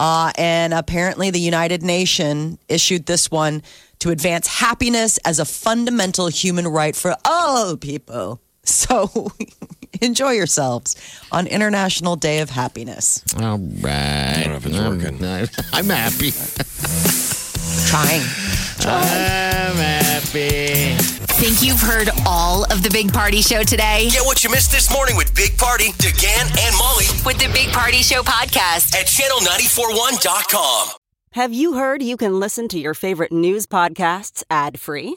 [SPEAKER 3] Uh, and apparently, the United Nation issued this one to advance happiness as a fundamental human right for all people. So enjoy yourselves on International Day of Happiness.
[SPEAKER 5] All right. I
[SPEAKER 4] don't know if it's working.
[SPEAKER 5] I'm happy.
[SPEAKER 3] Trying.
[SPEAKER 5] I'm happy.
[SPEAKER 2] Think you've heard all of the Big Party Show today
[SPEAKER 1] Get what you missed this morning with Big Party, DeGan, and Molly
[SPEAKER 2] with the Big Party Show podcast.
[SPEAKER 1] at channel941.com.
[SPEAKER 8] Have you heard you can listen to your favorite news podcasts ad free?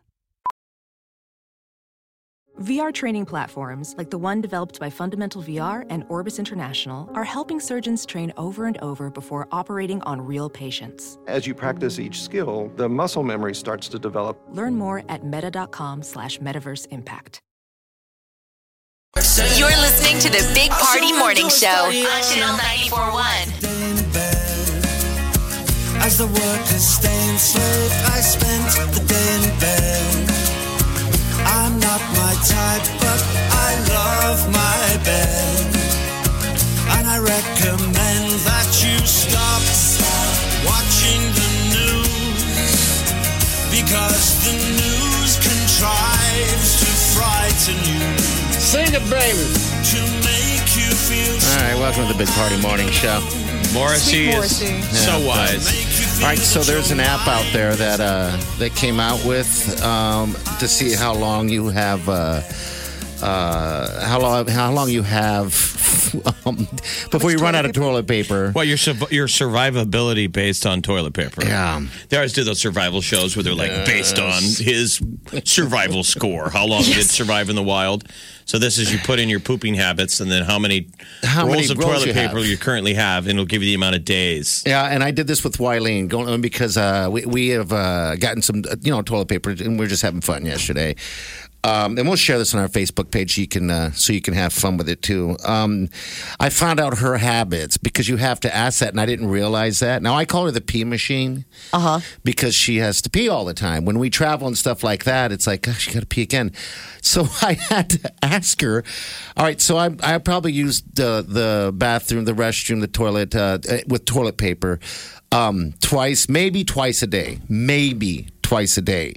[SPEAKER 9] VR training platforms, like the one developed by Fundamental VR and Orbis International, are helping surgeons train over and over before operating on real patients.
[SPEAKER 10] As you practice each skill, the muscle memory starts to develop.
[SPEAKER 9] Learn more at meta.com slash metaverse impact.
[SPEAKER 2] You're listening to the Big Party Morning Show on Channel 941.
[SPEAKER 6] in bed. As the workers stay in sleep, I spent the day in bed. I'm not my type, but I love my bed. And I recommend that you stop watching the news. Because the news contrives to frighten you. Sing it, baby. To make you feel
[SPEAKER 5] All right, welcome to the Big Party Morning Show.
[SPEAKER 4] Morrissey is so wise.
[SPEAKER 5] All right, so there's an app out there that uh, they came out with um, to see how long you have uh, uh, how long how long you have um, before you run out of toilet paper.
[SPEAKER 4] Well, your surv- your survivability based on toilet paper.
[SPEAKER 5] Yeah.
[SPEAKER 4] They always do those survival shows where they're like based on his survival score, how long did survive in the wild. So this is you put in your pooping habits and then how many
[SPEAKER 5] How
[SPEAKER 4] rolls
[SPEAKER 5] many
[SPEAKER 4] of
[SPEAKER 5] rolls
[SPEAKER 4] toilet
[SPEAKER 5] you
[SPEAKER 4] paper
[SPEAKER 5] have.
[SPEAKER 4] you currently have, and it'll give you the amount of days.
[SPEAKER 5] Yeah, and I did this with Wileen going on because uh, we we have uh, gotten some uh, you know toilet paper and we are just having fun yesterday. Um, and we'll share this on our Facebook page. You can uh, so you can have fun with it too. Um, I found out her habits because you have to ask that, and I didn't realize that. Now I call her the pee machine
[SPEAKER 3] Uh huh.
[SPEAKER 5] because she has to pee all the time. When we travel and stuff like that, it's like, gosh, you got to pee again. So I had to ask her, all right, so I, I probably used the, the bathroom, the restroom, the toilet uh, with toilet paper um, twice, maybe twice a day, maybe twice a day.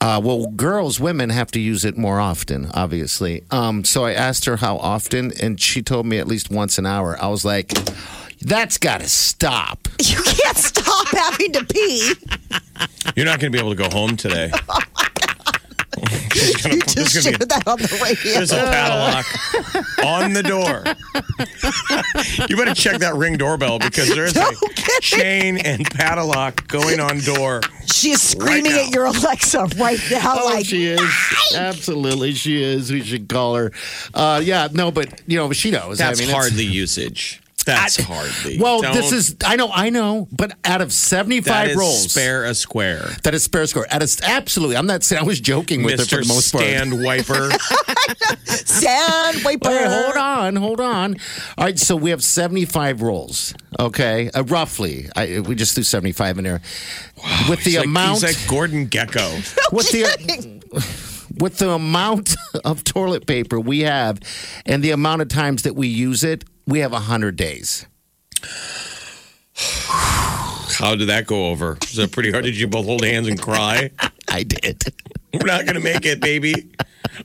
[SPEAKER 5] Uh, well, girls, women have to use it more often, obviously. Um, so I asked her how often, and she told me at least once an hour. I was like, that's got to stop.
[SPEAKER 3] You can't stop having to pee.
[SPEAKER 4] You're not going to be able to go home today. She's gonna-
[SPEAKER 3] You
[SPEAKER 4] there's
[SPEAKER 3] just
[SPEAKER 4] gonna be
[SPEAKER 3] shared that on the radio.
[SPEAKER 4] There's a padlock on the door. you better check that ring doorbell because there's
[SPEAKER 3] No
[SPEAKER 4] a
[SPEAKER 3] kidding.
[SPEAKER 4] chain and padlock going on door.
[SPEAKER 3] She is screaming
[SPEAKER 4] Right now.
[SPEAKER 3] at your Alexa right now,
[SPEAKER 5] Oh,
[SPEAKER 3] like
[SPEAKER 5] she is. Absolutely, she is. We should call her. Uh, yeah, no, but you know, she knows.
[SPEAKER 4] That's
[SPEAKER 5] I mean, it's-
[SPEAKER 4] hardly usage. That's hardly.
[SPEAKER 5] Well, this
[SPEAKER 4] Don't-
[SPEAKER 5] is. I know. I know. But out of
[SPEAKER 4] that
[SPEAKER 5] seventy-five
[SPEAKER 4] is
[SPEAKER 5] rolls,
[SPEAKER 4] spare a square.
[SPEAKER 5] that is spare score. Out of absolutely. I'm not saying I was joking with her for
[SPEAKER 4] Mr.
[SPEAKER 5] the most part.
[SPEAKER 4] Stand Wiper.
[SPEAKER 3] sand wiper.
[SPEAKER 5] Wait, hold on, hold on. All right, so we have 75 rolls, okay, uh, roughly. I, we just threw 75 in there. with the
[SPEAKER 4] He's like-
[SPEAKER 5] amount,
[SPEAKER 4] He's like Gordon Gecko.
[SPEAKER 5] with the with the amount of toilet paper we have and the amount of times that we use it, we have 100 days.
[SPEAKER 4] How did that go over? Is that pretty hard? Did you both hold hands and cry?
[SPEAKER 5] I did.
[SPEAKER 4] We're not going to make it, baby.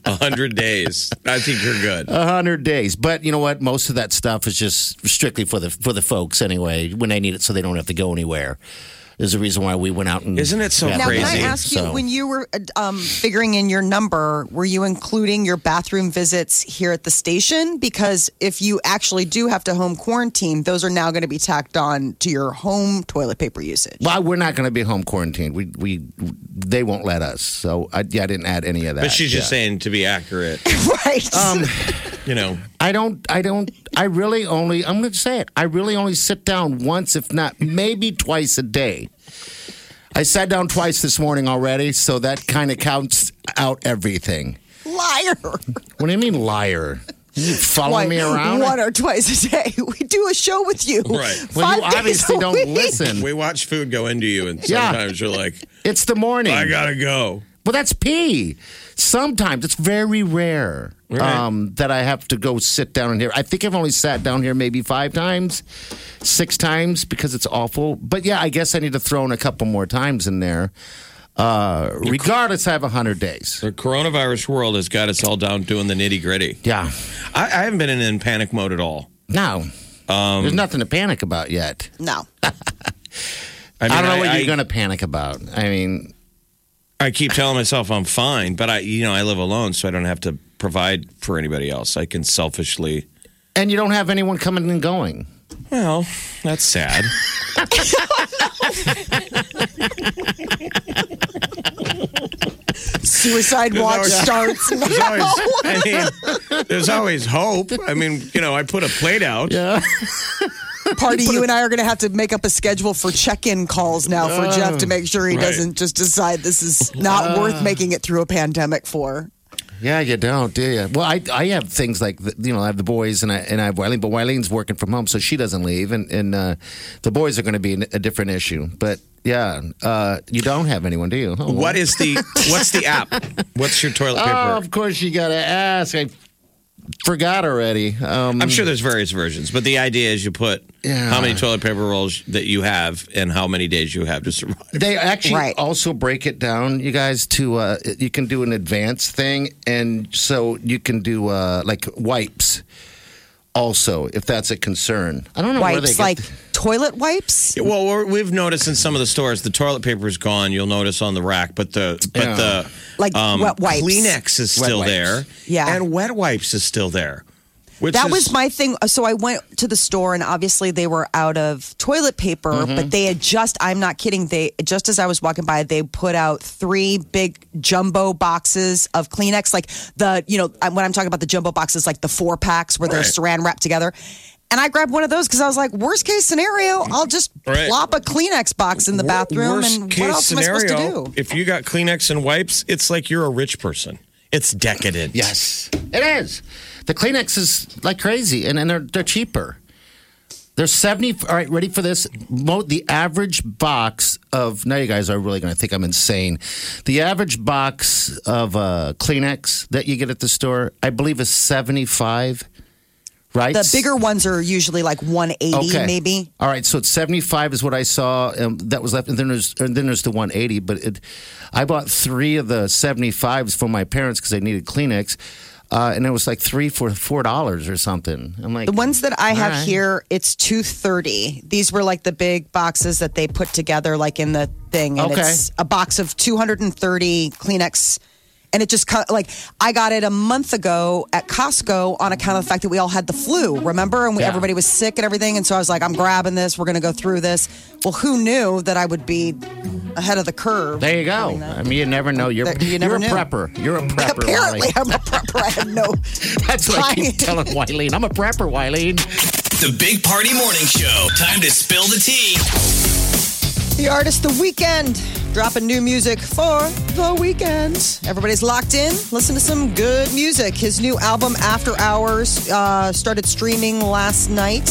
[SPEAKER 4] A hundred days. I think you're good.
[SPEAKER 5] 100 days. But you know what? Most of that stuff is just strictly for the for the folks anyway, when they need it so they don't have to go anywhere. There's a reason why we went out and
[SPEAKER 4] Isn't it so
[SPEAKER 5] Yeah,
[SPEAKER 3] Now,
[SPEAKER 4] crazy?
[SPEAKER 3] can I ask you,
[SPEAKER 5] so-
[SPEAKER 3] when you were um, figuring in your number, were you including your bathroom visits here at the station? Because if you actually do have to home quarantine, those are now going to be tacked on to your home toilet paper usage.
[SPEAKER 5] Well, we're not going to be home quarantined. We we they won't let us. So I, yeah, I didn't add any of that.
[SPEAKER 4] But she's just
[SPEAKER 5] Yeah.
[SPEAKER 4] saying to be accurate,
[SPEAKER 3] right.
[SPEAKER 5] Um,
[SPEAKER 4] you know.
[SPEAKER 5] I don't I don't I really only I'm going to say it. I really only sit down once, if not maybe twice a day. I sat down twice this morning already, so that kind of counts out everything.
[SPEAKER 3] Liar.
[SPEAKER 5] What do you mean, liar? You following me around?
[SPEAKER 3] One or twice a day. We do a show with you.
[SPEAKER 4] Right.
[SPEAKER 5] well, you
[SPEAKER 3] Five days
[SPEAKER 5] obviously
[SPEAKER 3] a
[SPEAKER 5] don't
[SPEAKER 3] week.
[SPEAKER 5] listen.
[SPEAKER 4] We watch food go into you, and
[SPEAKER 5] Yeah.
[SPEAKER 4] sometimes you're like,
[SPEAKER 5] It's the morning.
[SPEAKER 4] I gotta go.
[SPEAKER 5] Well, that's pee. Sometimes it's very rare um, that I have to go sit down in here. I think I've only sat down here maybe five times, six times because it's awful. But yeah, I guess I need to throw in a couple more times in there. Uh, regardless, I have hundred days.
[SPEAKER 4] The coronavirus world has got us all down doing the nitty gritty.
[SPEAKER 5] Yeah.
[SPEAKER 4] I, I haven't been in, in panic mode at all.
[SPEAKER 5] No,
[SPEAKER 4] Um,
[SPEAKER 5] there's nothing to panic about yet.
[SPEAKER 3] No.
[SPEAKER 4] I,
[SPEAKER 5] I,
[SPEAKER 4] mean,
[SPEAKER 5] don't know what
[SPEAKER 4] I-
[SPEAKER 5] you're
[SPEAKER 4] I-
[SPEAKER 5] going to panic about. I mean,
[SPEAKER 4] I keep telling myself I'm fine, but I, you know, I live alone, so I don't have to provide for anybody else. I can selfishly.
[SPEAKER 5] and you don't have anyone coming and going.
[SPEAKER 4] Well, that's sad.
[SPEAKER 3] Suicide watch
[SPEAKER 4] always-
[SPEAKER 3] starts.
[SPEAKER 4] There's always, I mean, there's always hope. I mean, you know, I put a plate out.
[SPEAKER 5] Yeah.
[SPEAKER 3] Party, you and I are going to have to make up a schedule for check-in calls now for Jeff
[SPEAKER 4] Oh.
[SPEAKER 3] to make sure he
[SPEAKER 4] right.
[SPEAKER 3] doesn't just decide this is not
[SPEAKER 4] Ah.
[SPEAKER 3] worth making it through a pandemic for.
[SPEAKER 5] Yeah, you don't, do you? Well, I I have things like the, you know I have the boys and I and I have Wileen, but Wileen's working from home, so she doesn't leave, and and uh, the boys are going to be an- a different issue. But yeah, uh, you don't have anyone, do you? Oh, well.
[SPEAKER 4] What is the what's the app? What's your toilet paper?
[SPEAKER 5] Oh, of course you got to ask. I forgot already. Um,
[SPEAKER 4] I'm sure there's various versions, but the idea is you put
[SPEAKER 5] Yeah.
[SPEAKER 4] how many toilet paper rolls that you have and how many days you have to survive.
[SPEAKER 5] They actually
[SPEAKER 3] Right.
[SPEAKER 5] also break it down, you guys, to uh, you can do an advanced thing, and so you can do uh, like wipes. Also, if that's a concern, I don't know where they
[SPEAKER 3] Wipes
[SPEAKER 5] get
[SPEAKER 3] like toilet wipes.
[SPEAKER 4] Well, we're, we've noticed in some of the stores the toilet paper is gone. You'll notice on the rack, but the but
[SPEAKER 5] Yeah.
[SPEAKER 4] the um,
[SPEAKER 3] Like wet wipes.
[SPEAKER 4] Kleenex is
[SPEAKER 5] Wet
[SPEAKER 4] still
[SPEAKER 5] wipes.
[SPEAKER 4] there.
[SPEAKER 3] Yeah.
[SPEAKER 4] and wet wipes is still there. Which
[SPEAKER 3] That
[SPEAKER 4] is-
[SPEAKER 3] was my thing. Uh, So I went to the store, and obviously they were out of toilet paper,
[SPEAKER 4] Mm-hmm.
[SPEAKER 3] but they had just, I'm not kidding, they just as I was walking by, they put out three big jumbo boxes of Kleenex. Like the, you know, I- when I'm talking about the jumbo boxes, like the four packs where they're saran wrapped together. And I grabbed one of those because I was like, worst case scenario, I'll just
[SPEAKER 4] Right.
[SPEAKER 3] plop a Kleenex box in the
[SPEAKER 4] Wor-
[SPEAKER 3] bathroom.
[SPEAKER 4] worst
[SPEAKER 3] And what
[SPEAKER 4] case
[SPEAKER 3] else am I
[SPEAKER 4] scenario,
[SPEAKER 3] supposed to do?
[SPEAKER 4] If you got Kleenex and wipes, it's like you're a rich person. It's decadent.
[SPEAKER 5] Yes, it is. The Kleenex is like crazy, and, and they're they're cheaper. They're seventy. All right, ready for this? Mo, the average box of now, you guys are really going to think I'm insane. The average box of uh, Kleenex that you get at the store, I believe, is seventy five. Right.
[SPEAKER 3] The bigger ones are usually like 180, E, maybe.
[SPEAKER 5] All right, so it's seventy five is what I saw. Um, that was left, and then there's and then there's the one eighty. But it, I bought three of the seventy fives for my parents because they needed Kleenex, uh, and it was like three for four dollars or something. I'm like
[SPEAKER 3] The ones that I have
[SPEAKER 5] All right.
[SPEAKER 3] here, it's two thirty. These were like the big boxes that they put together, like in the thing, and
[SPEAKER 5] Okay.
[SPEAKER 3] it's a box of two hundred and thirty Kleenex. And it just co- like I got it a month ago at Costco on account of the fact that we all had the flu, remember? And we,
[SPEAKER 5] Yeah.
[SPEAKER 3] everybody was sick and everything. And so I was like, I'm grabbing this. We're going to go through this. Well, who knew that I would be ahead of the curve?
[SPEAKER 5] There you go. I mean, you never know. You're
[SPEAKER 3] That- you never
[SPEAKER 5] are a
[SPEAKER 3] knew.
[SPEAKER 5] prepper. You're a prepper.
[SPEAKER 3] Apparently,
[SPEAKER 5] Wiley.
[SPEAKER 3] I'm a prepper. I had no.
[SPEAKER 5] that's what I keep
[SPEAKER 3] Right.
[SPEAKER 5] telling Wileen. I'm a prepper, Wileen.
[SPEAKER 1] The Big Party Morning Show. Time to spill the tea.
[SPEAKER 3] The artist The Weekend dropping new music for The Weekend. Everybody's locked in. Listen to some good music. His new album After Hours uh, started streaming last night.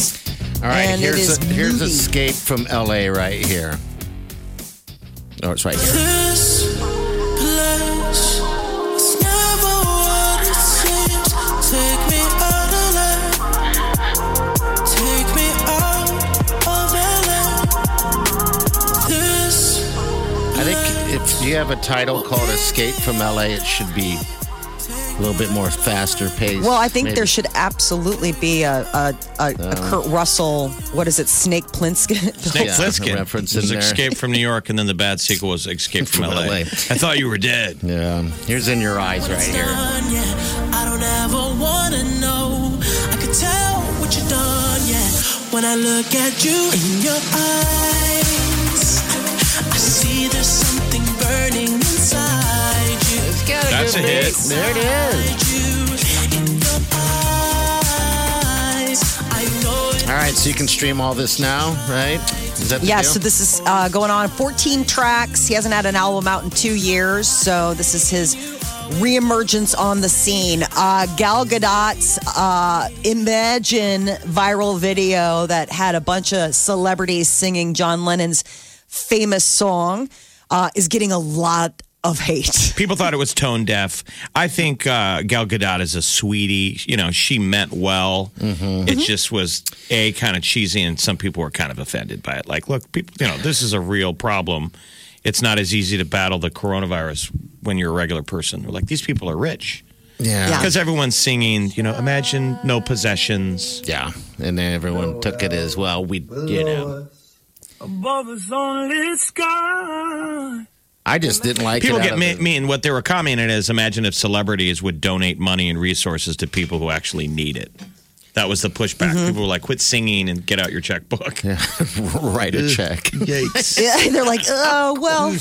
[SPEAKER 5] All right,
[SPEAKER 3] and it
[SPEAKER 5] here's
[SPEAKER 3] is
[SPEAKER 5] a, here's
[SPEAKER 3] movie.
[SPEAKER 5] escape from L.A. right here. Oh, it's right here.
[SPEAKER 6] This place is never what it seems. Take me out of LA. Take me out of LA. This
[SPEAKER 5] I think if you have a title called Escape from LA, it should be a little bit more faster paced.
[SPEAKER 3] Well, I think
[SPEAKER 5] maybe.
[SPEAKER 3] there should absolutely be a, a, a, a Kurt Russell, what is it, Snake Plissken?
[SPEAKER 4] Snake
[SPEAKER 5] Yeah,
[SPEAKER 4] Plissken.
[SPEAKER 5] reference
[SPEAKER 4] It was
[SPEAKER 5] in there.
[SPEAKER 4] Escape from New York, and then the bad sequel was Escape from,
[SPEAKER 5] From
[SPEAKER 4] LA.
[SPEAKER 5] LA.
[SPEAKER 4] I thought you were dead.
[SPEAKER 5] Yeah. Here's in your eyes right here.
[SPEAKER 6] done, yeah. I don't ever wanna know. I could tell what you done, yeah. When I look at you in your eyes, I see there's something burning inside you.
[SPEAKER 4] That's a hit.
[SPEAKER 5] There it is.
[SPEAKER 6] Inside you, in your eyes, I know it.
[SPEAKER 5] All right, so you can stream all this now, right? Is that the
[SPEAKER 3] Yeah,
[SPEAKER 5] deal?
[SPEAKER 3] so this is uh, going on 14 tracks. He hasn't had an album out in two years, so this is his reemergence on the scene. Uh, Gal Gadot's uh, Imagine viral video that had a bunch of celebrities singing John Lennon's famous song uh, is getting a lot of hate.
[SPEAKER 4] People thought it was tone deaf. I think uh, Gal Gadot is a sweetie. You know, she meant well. It just was a kind of cheesy, and some people were kind of offended by it. Like, look, people, you know, this is a real problem. It's not as easy to battle the coronavirus when you're a regular person. We're like, these people are rich.
[SPEAKER 5] Yeah.
[SPEAKER 4] Because everyone's singing, you know, imagine no possessions.
[SPEAKER 5] Yeah. And then everyone took it as well. We, you know.
[SPEAKER 6] Above us only sky.
[SPEAKER 5] I just didn't like
[SPEAKER 4] People
[SPEAKER 5] it.
[SPEAKER 4] get
[SPEAKER 5] out
[SPEAKER 4] me-
[SPEAKER 5] of the-
[SPEAKER 4] mean. What they were commenting is imagine if celebrities would donate money and resources to people who actually need it. That was the pushback.
[SPEAKER 5] Mm-hmm.
[SPEAKER 4] People were like, quit singing and get out your checkbook.
[SPEAKER 5] Write a check.
[SPEAKER 4] Yikes.
[SPEAKER 3] Yeah, they're like, oh well,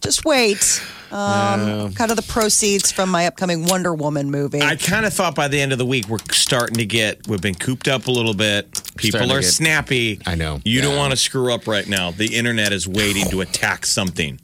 [SPEAKER 3] just wait. Um, kind of the proceeds from my upcoming Wonder Woman movie.
[SPEAKER 4] I kind of thought by the end of the week, we're starting to get, we've been cooped up a little bit.
[SPEAKER 5] Starting
[SPEAKER 4] People
[SPEAKER 5] to
[SPEAKER 4] are
[SPEAKER 5] get-
[SPEAKER 4] snappy.
[SPEAKER 5] I know.
[SPEAKER 4] You don't
[SPEAKER 5] Yeah.
[SPEAKER 4] want to screw up right now. The internet is waiting to attack something.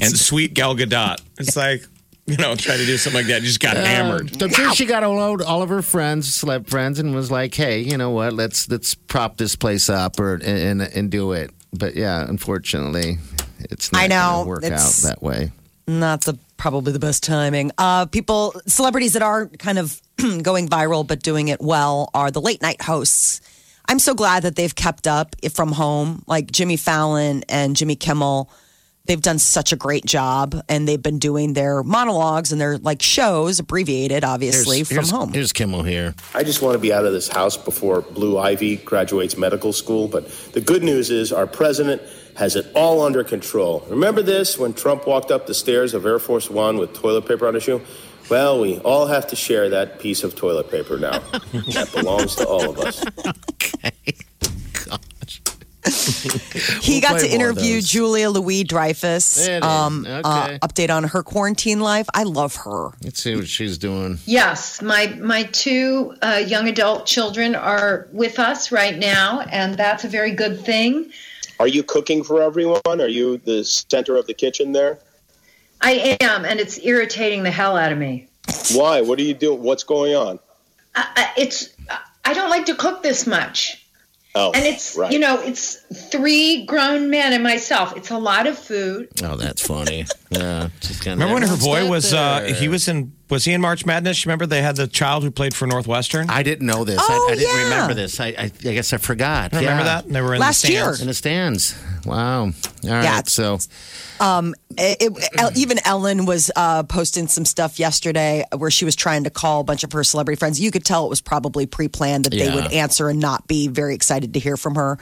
[SPEAKER 4] And sweet Gal Gadot, it's like, you know, try to do something like that. Just got
[SPEAKER 5] Uh,
[SPEAKER 4] hammered.
[SPEAKER 5] I'm sure she got all out- all of her friends, celeb friends, and was like, "Hey, you know what? Let's let's prop this place up or and and, and do it." But yeah, unfortunately, it's not
[SPEAKER 3] I know.
[SPEAKER 5] gonna work
[SPEAKER 3] It's-
[SPEAKER 5] out that way.
[SPEAKER 3] Not the probably the best timing. Uh, people, celebrities that are kind of going viral but doing it well are the late night hosts. I'm so glad that they've kept up from home, like Jimmy Fallon and Jimmy Kimmel. They've done such a great job, and they've been doing their monologues and their like shows, abbreviated, obviously, from
[SPEAKER 5] here's,
[SPEAKER 3] home.
[SPEAKER 5] Here's Kimmel here.
[SPEAKER 7] I just want to be out of this house before Blue Ivy graduates medical school. But the good news is our president has it all under control. Remember this when Trump walked up the stairs of Air Force One with toilet paper on his shoe? Well, we all have to share that piece of toilet paper now. that belongs to all of us.
[SPEAKER 3] He got to
[SPEAKER 5] play more of
[SPEAKER 3] interview
[SPEAKER 5] those.
[SPEAKER 3] Julia Louis Dreyfus.
[SPEAKER 5] It is.
[SPEAKER 3] Um,
[SPEAKER 5] Okay.
[SPEAKER 3] uh, update on her quarantine life. I love her.
[SPEAKER 5] Let's see what she's doing.
[SPEAKER 11] Yes, my my two uh, young adult children are with us right now, and that's a very good thing.
[SPEAKER 7] Are you cooking for everyone? Are you the center of the kitchen there?
[SPEAKER 11] I am, and it's irritating the hell out of me.
[SPEAKER 7] Why? What are you doing? What's going on?
[SPEAKER 11] I, I, it's I don't like to cook this much,
[SPEAKER 7] Oh,
[SPEAKER 11] and it's
[SPEAKER 7] right.
[SPEAKER 11] you know it's three grown men and myself. It's a lot of food.
[SPEAKER 5] Oh, that's funny. yeah, she's kinda
[SPEAKER 4] Remember when her
[SPEAKER 5] What's
[SPEAKER 4] boy
[SPEAKER 5] that
[SPEAKER 4] was uh
[SPEAKER 5] there?
[SPEAKER 4] he was in was he in March Madness? Remember they had the child who played for Northwestern?
[SPEAKER 5] I didn't know this.
[SPEAKER 3] Oh,
[SPEAKER 5] I, I didn't
[SPEAKER 3] yeah.
[SPEAKER 5] remember this. I, I, I guess I forgot.
[SPEAKER 4] Remember
[SPEAKER 5] Yeah.
[SPEAKER 4] that? And they were in
[SPEAKER 3] Last
[SPEAKER 4] the stands.
[SPEAKER 5] In the stands. Wow. All right.
[SPEAKER 3] it's-
[SPEAKER 5] So
[SPEAKER 3] Eh, it, it, El- even Ellen was uh, posting some stuff yesterday where she was trying to call a bunch of her celebrity friends. You could tell it was probably pre-planned that they
[SPEAKER 5] Yeah.
[SPEAKER 3] would answer and not be very excited to hear from her,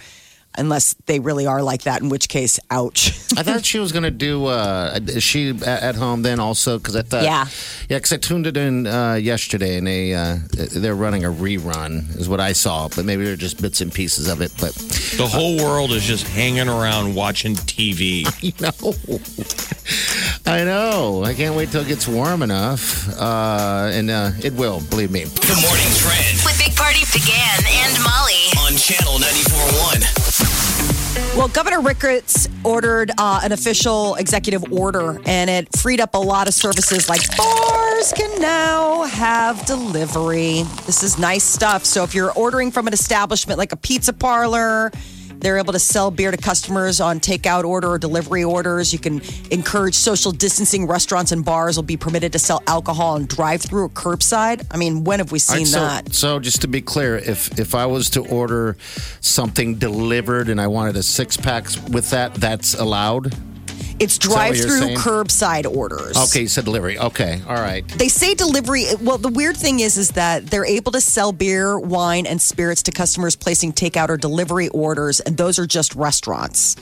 [SPEAKER 3] unless they really are like that. In which case, ouch.
[SPEAKER 5] I thought she was going to do. Uh, is she a- at home then also? Because I thought.
[SPEAKER 3] Yeah.
[SPEAKER 5] Yeah, because I tuned it in uh, yesterday, and they uh, they're running a rerun, is what I saw. But maybe they're just bits and pieces of it. But
[SPEAKER 4] The whole world is just hanging around watching TV.
[SPEAKER 5] you know, I know. I can't wait till it gets warm enough, uh, and uh, it will. Believe me.
[SPEAKER 1] The morning trend
[SPEAKER 2] With Big Party began and Molly.
[SPEAKER 1] on channel 94.1.
[SPEAKER 3] Well, Governor Ricketts ordered uh, an official executive order, and it freed up a lot of services like bars can now have delivery. This is nice stuff. So, if you're ordering from an establishment like a pizza parlor, they're able to sell beer to customers on takeout order or delivery orders. You can encourage social distancing. Restaurants and bars will be permitted to sell alcohol and drive through or curbside. I mean, when have we
[SPEAKER 5] All
[SPEAKER 3] seen
[SPEAKER 5] right, so,
[SPEAKER 3] that?
[SPEAKER 5] so just to be clear, if if I was to order something delivered and I wanted a six pack with that, that's allowed.
[SPEAKER 3] It's
[SPEAKER 5] what
[SPEAKER 3] drive
[SPEAKER 5] you're
[SPEAKER 3] through
[SPEAKER 5] saying?
[SPEAKER 3] curbside orders.
[SPEAKER 5] Okay, you said delivery. Okay, all right.
[SPEAKER 3] they say delivery well the weird thing is is that they're able to sell beer wine and spirits to customers placing takeout or delivery orders and those are just restaurants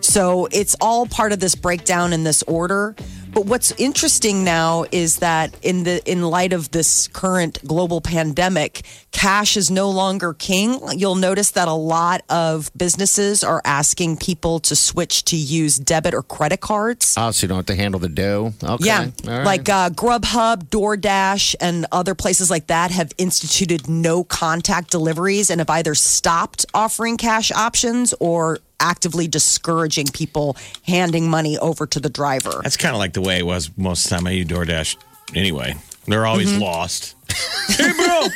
[SPEAKER 3] so it's all part of this breakdown in this order but what's interesting now is that in the in light of this current global pandemic cash is no longer king you'll notice that a lot of businesses are asking people to switch to use debit or credit cards
[SPEAKER 5] Oh, so you don't have to handle the dough. Okay.
[SPEAKER 3] yeah.
[SPEAKER 5] All right.
[SPEAKER 3] Like uh, Grubhub, DoorDash, and other places like that have instituted no contact deliveries and have either stopped offering cash options or actively discouraging people handing money over to the driver.
[SPEAKER 4] That's kind of like the way it was most of the time I do DoorDash anyway. They're always lost. Mm-hmm. Hey, bro,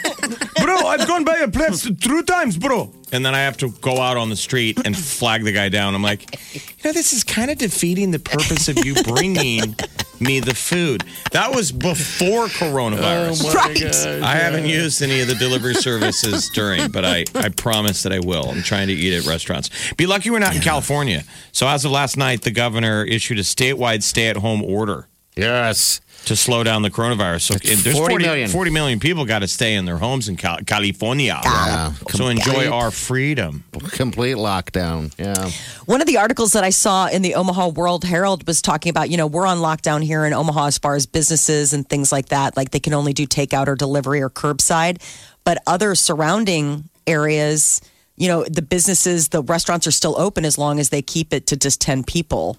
[SPEAKER 4] bro, I've gone by your place three times, bro. And then I have to go out on the street and flag the guy down. I'm like, you know, this is kind of defeating the purpose of you bringing me the food. That was before coronavirus.
[SPEAKER 6] Oh, my Right. gosh,
[SPEAKER 4] I haven't
[SPEAKER 6] yeah.
[SPEAKER 4] used any of the delivery services during, but I, I promise that I will. I'm trying to eat at restaurants. Be lucky we're not in California. So as of last night, the governor issued a statewide stay-at-home order.
[SPEAKER 5] Yes.
[SPEAKER 4] To slow down the coronavirus. So and there's
[SPEAKER 5] 40
[SPEAKER 4] 40
[SPEAKER 5] million.
[SPEAKER 4] 40 million people got to stay in their homes in Cal- California.
[SPEAKER 5] Ah,
[SPEAKER 4] So enjoy our freedom.
[SPEAKER 5] Complete lockdown. Yeah.
[SPEAKER 3] One of the articles that I saw in the Omaha World Herald was talking about, you know, we're on lockdown here in Omaha as far as businesses and things like that. Like they can only do takeout or delivery or curbside. But other surrounding areas, you know, the businesses, the restaurants are still open as long as they keep it to just 10 people.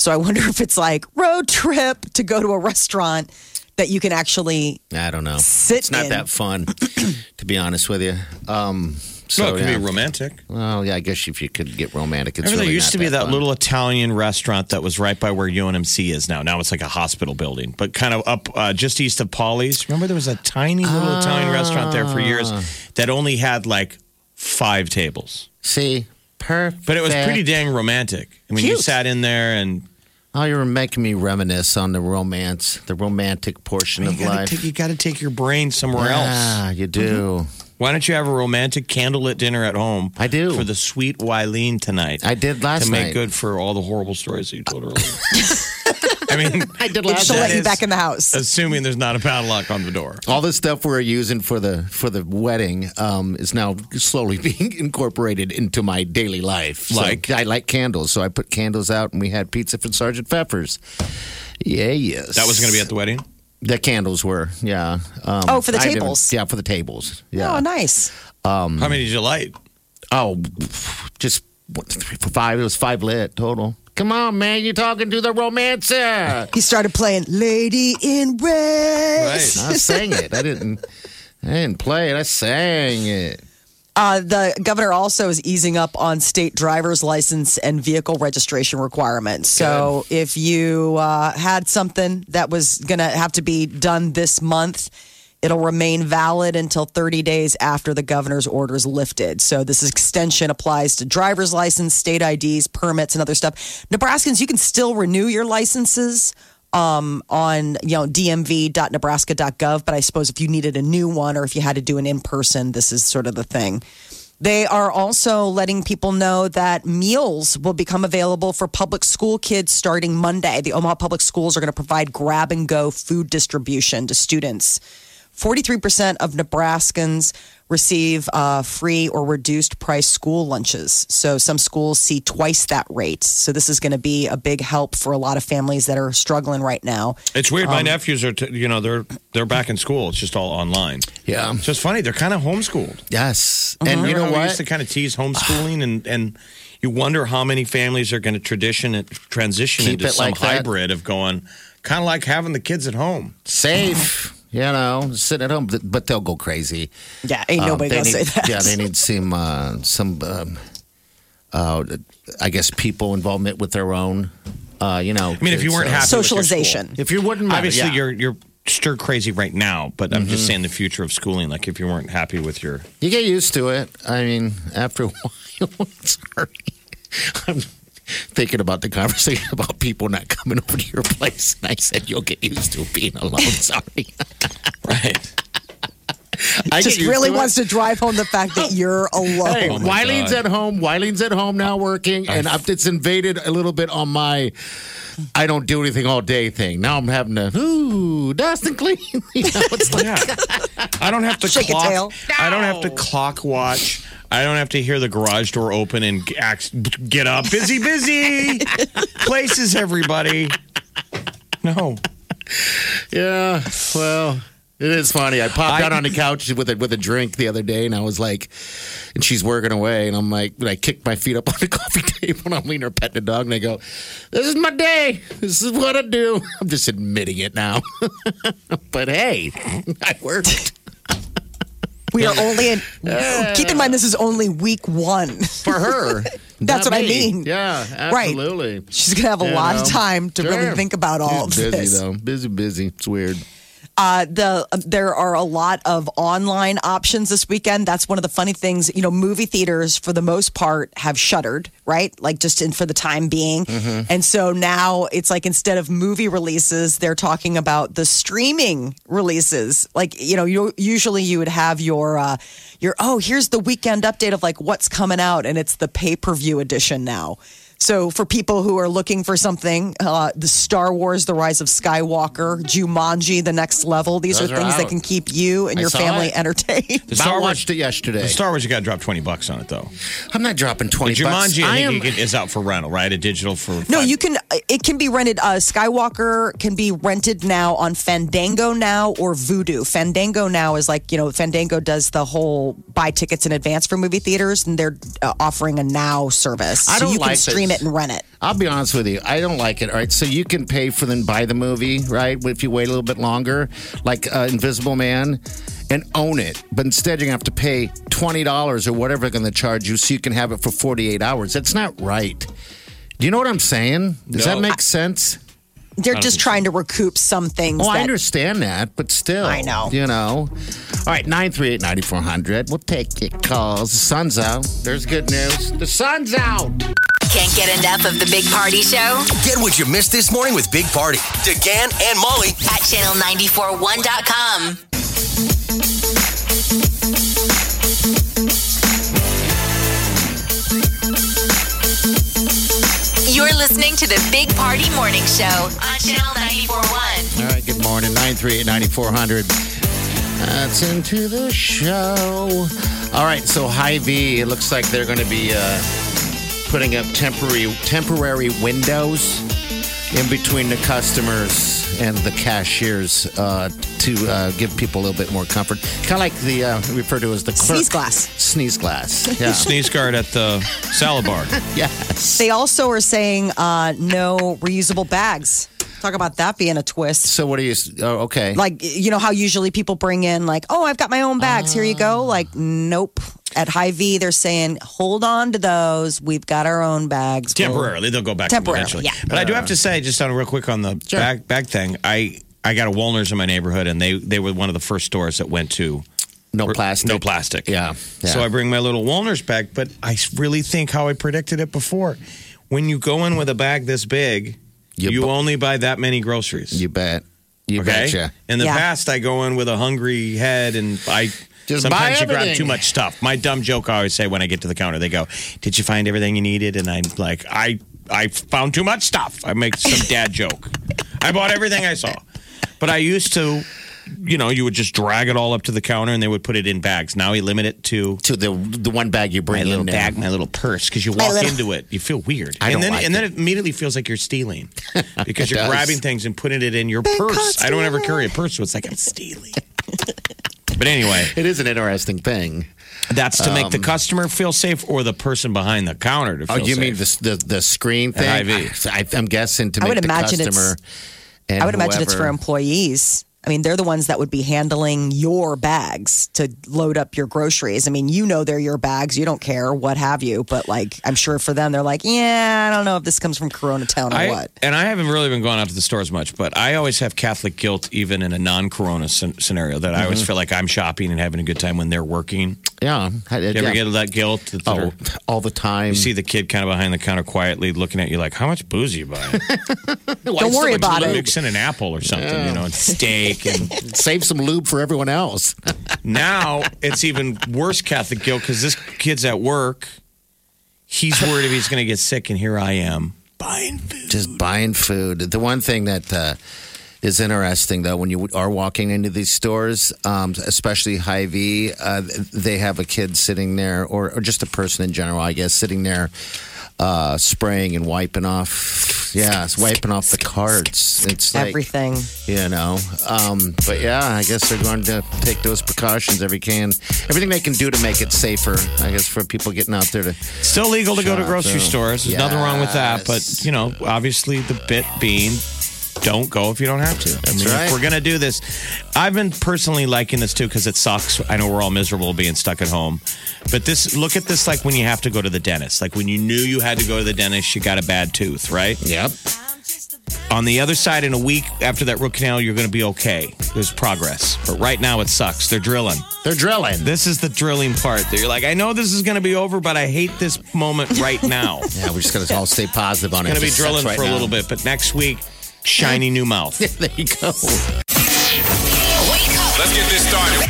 [SPEAKER 3] So I wonder if it's like road trip to go to a restaurant that you can actually
[SPEAKER 5] I don't know.
[SPEAKER 3] Sit
[SPEAKER 5] it's not
[SPEAKER 3] in.
[SPEAKER 5] that fun, to be honest with you. Um, so
[SPEAKER 4] Well, it could
[SPEAKER 5] yeah.
[SPEAKER 4] be romantic.
[SPEAKER 5] Well, yeah, I guess if you could get romantic, it's
[SPEAKER 4] Remember,
[SPEAKER 5] really
[SPEAKER 4] there used
[SPEAKER 5] not
[SPEAKER 4] to be that,
[SPEAKER 5] fun.
[SPEAKER 4] little Italian restaurant that was right by where UNMC is now. Now it's like a hospital building, but kind of up uh, just east of Polly's. Remember, there was a tiny little Italian restaurant there for years
[SPEAKER 5] Ah.
[SPEAKER 4] that only had like five tables.
[SPEAKER 5] See, perfect.
[SPEAKER 4] But it was pretty dang romantic. I mean, you
[SPEAKER 5] Cute.
[SPEAKER 4] sat in there and
[SPEAKER 5] Oh, you were making me reminisce on the romance, the romantic portion
[SPEAKER 4] you
[SPEAKER 5] of
[SPEAKER 4] gotta,
[SPEAKER 5] life.
[SPEAKER 4] take, you gotta take your brain somewhere else. Mm-hmm.
[SPEAKER 5] Yeah, you do.
[SPEAKER 4] Why don't you have a romantic candlelit dinner at home? I do for the sweet Wileen tonight. I
[SPEAKER 5] did last
[SPEAKER 4] to
[SPEAKER 5] night.
[SPEAKER 4] make good for all the horrible stories that you told earlier. I mean, I did
[SPEAKER 3] She'll let you back in the house.
[SPEAKER 4] Assuming there's not a padlock on the door.
[SPEAKER 5] All the stuff we're using for the for the wedding um, is now slowly being incorporated into my daily life. So
[SPEAKER 4] Like?
[SPEAKER 5] I like candles, so I put candles out, and we had pizza from Sergeant Pepper's. Yeah, yes.
[SPEAKER 4] That was going to be at the wedding.
[SPEAKER 5] The candles were, yeah. Um,
[SPEAKER 3] Oh, for the
[SPEAKER 5] I didn't-
[SPEAKER 3] tables.
[SPEAKER 5] Yeah, for the tables. Yeah.
[SPEAKER 3] Oh, nice.
[SPEAKER 5] Um,
[SPEAKER 4] How many did you light?
[SPEAKER 5] Oh, just one, two, three, four, five. It was five lit total. Come on, man. You're talking to the romancer.
[SPEAKER 3] He started playing Lady in Red.
[SPEAKER 5] I sang it. I didn't. I didn't play it. I sang it.
[SPEAKER 3] Uh, the governor also is easing up on state driver's license and vehicle registration requirements. So if you uh, had something that was going to have to be done this month, it'll remain valid until 30 days after the governor's order is lifted. So this extension applies to driver's license, state IDs, permits, and other stuff. Nebraskans, you can still renew your licenses um, on you know dmv.nebraska.gov. But I suppose if you needed a new one or if you had to do an in person, this is sort of the thing. They are also letting people know that meals will become available for public school kids starting Monday. The Omaha Public Schools are going to provide grab and go food distribution to students. 43% of Nebraskans receive uh, free or reduced price school lunches. So some schools see twice that rate. So this is going to be a big help for a lot of families that are struggling right now.
[SPEAKER 4] It's weird.
[SPEAKER 5] Um,
[SPEAKER 4] My nephews are, t- you know, they're they're back in school. It's just all online.
[SPEAKER 5] Yeah.
[SPEAKER 4] So it's funny. They're kind of homeschooled.
[SPEAKER 5] Yes. And
[SPEAKER 3] Uh-huh.
[SPEAKER 5] you
[SPEAKER 4] Remember
[SPEAKER 5] know
[SPEAKER 4] how We
[SPEAKER 5] what?
[SPEAKER 4] used to kind of tease homeschooling, and and you wonder how many families are going to tradition it, transition
[SPEAKER 5] Keep
[SPEAKER 4] into
[SPEAKER 5] it
[SPEAKER 4] some
[SPEAKER 5] like that.
[SPEAKER 4] hybrid of going, kind of like having the kids at home.
[SPEAKER 5] Safe. You know, sitting at home, but- but they'll go crazy.
[SPEAKER 3] Yeah, ain't
[SPEAKER 5] Um,
[SPEAKER 3] nobody
[SPEAKER 5] they
[SPEAKER 3] going to say
[SPEAKER 5] need-
[SPEAKER 3] that.
[SPEAKER 5] Yeah, they need some uh, some um, uh, I guess people involvement with their own. Uh, you know,
[SPEAKER 4] I mean, if you weren't happy, with your school-
[SPEAKER 5] if you wouldn't, mind,
[SPEAKER 4] obviously
[SPEAKER 5] yeah. Mm-hmm.
[SPEAKER 4] you're you're stir crazy right now. But I'm just saying the future of schooling. Like if you weren't happy with your
[SPEAKER 5] You get used to it. I mean, after a while, sorry. I'm thinking about the conversation about people not coming over to your place. And I said, you'll get used to being alone. Sorry.
[SPEAKER 4] right.
[SPEAKER 5] I
[SPEAKER 3] Just
[SPEAKER 5] get used
[SPEAKER 3] really
[SPEAKER 5] to it.
[SPEAKER 3] wants to drive home the fact that you're alone.
[SPEAKER 5] Hey, Wileen's at home. Wileen's at home now working, and I've, it's invaded a little bit on my I don't do anything all day thing. Now I'm having to ooh dust and clean. You know, it's like,
[SPEAKER 4] Yeah. I don't have to
[SPEAKER 5] Shake a
[SPEAKER 4] clock.
[SPEAKER 5] tail.
[SPEAKER 4] I don't have to clock watch. I don't have to hear the garage door open and g- ax- get up. Busy, busy places, everybody. No.
[SPEAKER 5] Yeah. Well, it is funny. I popped
[SPEAKER 4] I-
[SPEAKER 5] out on the couch with a, with a drink the other day, and I was like, and she's working away, and I'm like, and I kicked my feet up on the coffee table, and I'm leaning her petting the dog, and I go, "This is my day. This is what I do." I'm just admitting it now. but hey, I worked.
[SPEAKER 3] We are only in.
[SPEAKER 5] Yeah.
[SPEAKER 3] Keep in mind, this is only week one.
[SPEAKER 5] For her.
[SPEAKER 3] That's
[SPEAKER 5] Not
[SPEAKER 3] what I
[SPEAKER 5] me.
[SPEAKER 3] mean.
[SPEAKER 5] Yeah,
[SPEAKER 3] Right.
[SPEAKER 5] absolutely.
[SPEAKER 3] She's going to have a
[SPEAKER 5] You
[SPEAKER 3] lot of
[SPEAKER 5] know?
[SPEAKER 3] time to really
[SPEAKER 5] Sure.
[SPEAKER 3] think about all
[SPEAKER 5] She's
[SPEAKER 3] of
[SPEAKER 5] busy
[SPEAKER 3] this.
[SPEAKER 5] though. Busy, busy. It's weird.
[SPEAKER 3] Uh, the there are a lot of online options this weekend. That's one of the funny things. You know, movie theaters for the most part have shuttered, right? Like just in for the time being. And so now it's like instead of movie releases, they're talking about the streaming releases. Like you know, you usually you would have your uh, your oh here's the weekend update of like what's coming out, and it's the pay per view edition now. So, for people who are looking for something, uh, the Star Wars: The Rise of Skywalker, Jumanji: The Next Level. These
[SPEAKER 5] Those
[SPEAKER 3] are
[SPEAKER 5] are
[SPEAKER 3] things that
[SPEAKER 5] out.
[SPEAKER 3] can keep you and
[SPEAKER 5] I
[SPEAKER 3] your
[SPEAKER 5] saw
[SPEAKER 3] family
[SPEAKER 5] it.
[SPEAKER 3] entertained.
[SPEAKER 4] The
[SPEAKER 5] I
[SPEAKER 4] Star Wars,
[SPEAKER 5] watched it yesterday.
[SPEAKER 4] the Star Wars, you got to drop twenty bucks on it though.
[SPEAKER 5] I'm not dropping
[SPEAKER 4] The
[SPEAKER 5] twenty. bucks.
[SPEAKER 4] Jumanji, I,
[SPEAKER 5] I
[SPEAKER 4] think
[SPEAKER 5] am.
[SPEAKER 4] you can- is out for rental, right? A digital for
[SPEAKER 3] No, you can. It can be rented. Uh, Skywalker can be rented now on Fandango now or Vudu. Fandango now is like you know Fandango does the whole buy tickets in advance for movie theaters, and they're uh, offering a now service.
[SPEAKER 5] I
[SPEAKER 3] so
[SPEAKER 5] don't
[SPEAKER 3] you can
[SPEAKER 5] like
[SPEAKER 3] stream
[SPEAKER 5] this.
[SPEAKER 3] it and rent it.
[SPEAKER 5] I'll be honest with you. I don't like it. All right. So you can pay for then buy the movie, right? If you wait a little bit longer, like uh, Invisible Man, and own it. But instead, you're going to have to pay $20 or whatever they're going to charge you so you can have it for 48 hours. That's not right. Do you know what I'm saying? Does
[SPEAKER 4] No.
[SPEAKER 5] that make sense?
[SPEAKER 3] They're
[SPEAKER 5] I don't
[SPEAKER 3] just
[SPEAKER 5] think
[SPEAKER 3] trying to recoup some things.
[SPEAKER 5] Oh, I
[SPEAKER 3] that-
[SPEAKER 5] understand that, but still.
[SPEAKER 3] I know.
[SPEAKER 5] You know. All right, 938 9400. We'll take your calls. The sun's out. There's good news. The sun's out.
[SPEAKER 2] Can't get enough of the Big Party Show
[SPEAKER 1] Get what you missed this morning with Big Party, DeGan and Molly.
[SPEAKER 2] at channel941.com. You're listening to the Big Party Morning Show on channel 941.
[SPEAKER 5] All right, good morning. 938 9400. That's into the show. All right, so Hy-Vee, it looks like they're going to be uh, putting up temporary temporary windows in between the customers and the cashiers uh, to uh, give people a little bit more comfort. Kind of like the uh, referred to as the clerk.
[SPEAKER 3] Sneeze glass.
[SPEAKER 5] Sneeze glass. Yeah.
[SPEAKER 4] sneeze guard at the salad bar.
[SPEAKER 5] yes.
[SPEAKER 3] They also are saying uh, no reusable bags. Talk about that being a twist.
[SPEAKER 5] So what are you? Oh, okay.
[SPEAKER 3] Like, you know how usually people bring in, like, oh, I've got my own bags. Here you go.
[SPEAKER 5] Ah.
[SPEAKER 3] Like, nope. At High V, they're saying, hold on to those. We've got our own bags. We'll-
[SPEAKER 4] Temporarily, they'll go back.
[SPEAKER 3] Temporarily,
[SPEAKER 4] to them eventually.
[SPEAKER 3] yeah.
[SPEAKER 4] But I do have to say, just on real quick on the bag bag thing, I I got a Walner's in my neighborhood, and they they were one of the first stores that went to
[SPEAKER 5] no plastic.
[SPEAKER 4] no plastic.
[SPEAKER 5] Yeah. yeah.
[SPEAKER 4] So I bring my little Walner's bag, but I really think how I predicted it before. When you go in with a bag this big,
[SPEAKER 5] You
[SPEAKER 4] you,
[SPEAKER 5] bu-
[SPEAKER 4] only buy that many groceries.
[SPEAKER 5] you bet. You betcha.
[SPEAKER 4] In the
[SPEAKER 3] Yeah.
[SPEAKER 4] past, I go in with a hungry head and I.
[SPEAKER 5] Just buy
[SPEAKER 4] Sometimes you grab
[SPEAKER 5] everything.
[SPEAKER 4] too much stuff. My dumb joke I always say when I get to the counter, they go, "Did you find everything you needed?" And I'm like, "I I found too much stuff." I make some dad joke. I bought everything I saw, but I used to, you know, you would just drag it all up to the counter and they would put it in bags. Now we limit it to
[SPEAKER 5] To the the one bag you bring
[SPEAKER 4] my
[SPEAKER 5] in
[SPEAKER 4] little
[SPEAKER 5] there.
[SPEAKER 4] bag, my little purse, because you walk into it, you feel weird, and
[SPEAKER 5] I don't
[SPEAKER 4] then
[SPEAKER 5] like
[SPEAKER 4] and then it immediately feels like you're stealing because you're
[SPEAKER 5] does.
[SPEAKER 4] grabbing things and putting it in your purse. I don't ever carry a purse, so it's like I'm stealing. but anyway,
[SPEAKER 5] It is an interesting thing.
[SPEAKER 4] that's to make the customer feel safe or the person behind the counter to feel
[SPEAKER 5] Um, Oh, you
[SPEAKER 4] safe.
[SPEAKER 5] mean the, the the screen thing?
[SPEAKER 4] At
[SPEAKER 5] I,
[SPEAKER 4] IV.
[SPEAKER 5] I, am guessing to
[SPEAKER 3] I
[SPEAKER 5] make
[SPEAKER 3] would
[SPEAKER 5] the
[SPEAKER 3] imagine it's-
[SPEAKER 5] customer. and
[SPEAKER 3] I would imagine it's for
[SPEAKER 5] whoever-
[SPEAKER 3] employees. I mean, they're the ones that would be handling your bags to load up your groceries. I mean, you know they're your bags. You don't care, what have you. But, like, I'm sure for them, they're like, yeah, I don't know if this comes from Corona Town or
[SPEAKER 4] I,
[SPEAKER 3] what.
[SPEAKER 4] And I haven't really been going out to the stores much, but I always have Catholic guilt, even in a non-corona scen- scenario, that I
[SPEAKER 5] Mm-hmm.
[SPEAKER 4] always feel like I'm shopping and having a good time when they're working.
[SPEAKER 5] Yeah. I-
[SPEAKER 4] You ever
[SPEAKER 5] yeah.
[SPEAKER 4] get that guilt? that
[SPEAKER 5] oh,
[SPEAKER 4] they're-
[SPEAKER 5] all the time.
[SPEAKER 4] You see the kid kind of behind the counter quietly looking at you like, how much booze are you buying?
[SPEAKER 3] Don't worry about it.
[SPEAKER 4] Mixing an apple or something, you know, and steak. And
[SPEAKER 5] Save some lube for everyone else.
[SPEAKER 4] now it's even worse Catholic guilt because this kid's at work. He's worried if he's going to get sick, and here I am buying food.
[SPEAKER 5] Just buying food. The one thing that uh, is interesting, though, when you are walking into these stores, um, especially Hy-Vee, uh, they have a kid sitting there, or, or just a person in general, I guess, sitting there uh, spraying and wiping off. Yeah, it's wiping off the carts. It's like,
[SPEAKER 3] Everything.
[SPEAKER 5] you know. Um, but yeah, I guess they're going to take those precautions every can, everything they can do to make it safer. I guess for people getting out there to
[SPEAKER 4] Still legal to go to
[SPEAKER 5] Shop,
[SPEAKER 4] grocery
[SPEAKER 5] so-
[SPEAKER 4] stores. There's nothing wrong with that. But,
[SPEAKER 5] Yes.
[SPEAKER 4] you know, obviously the bit being don't go if you don't have to. I mean,
[SPEAKER 5] right.
[SPEAKER 4] if we're going to do this, I've been personally liking this too because it sucks. I know we're all miserable being stuck at home. But this, look at this like when you have to go to the dentist. Like when you knew you had to go to the dentist, you got a bad tooth, right?
[SPEAKER 5] Yep.
[SPEAKER 4] On the other side, in a week after that root canal, you're going to be okay. There's progress. But right now, it sucks. They're drilling.
[SPEAKER 5] They're drilling.
[SPEAKER 4] This is the drilling part that you're like, I know this is going to be over, but I hate this moment right now.
[SPEAKER 5] yeah, we're just going to all stay positive on it.
[SPEAKER 4] Going to be
[SPEAKER 5] It sucks
[SPEAKER 4] drilling
[SPEAKER 5] right
[SPEAKER 4] for a
[SPEAKER 5] now.
[SPEAKER 4] little bit, but next week, shiny new mouth.
[SPEAKER 5] there you go.
[SPEAKER 1] Let's get this started.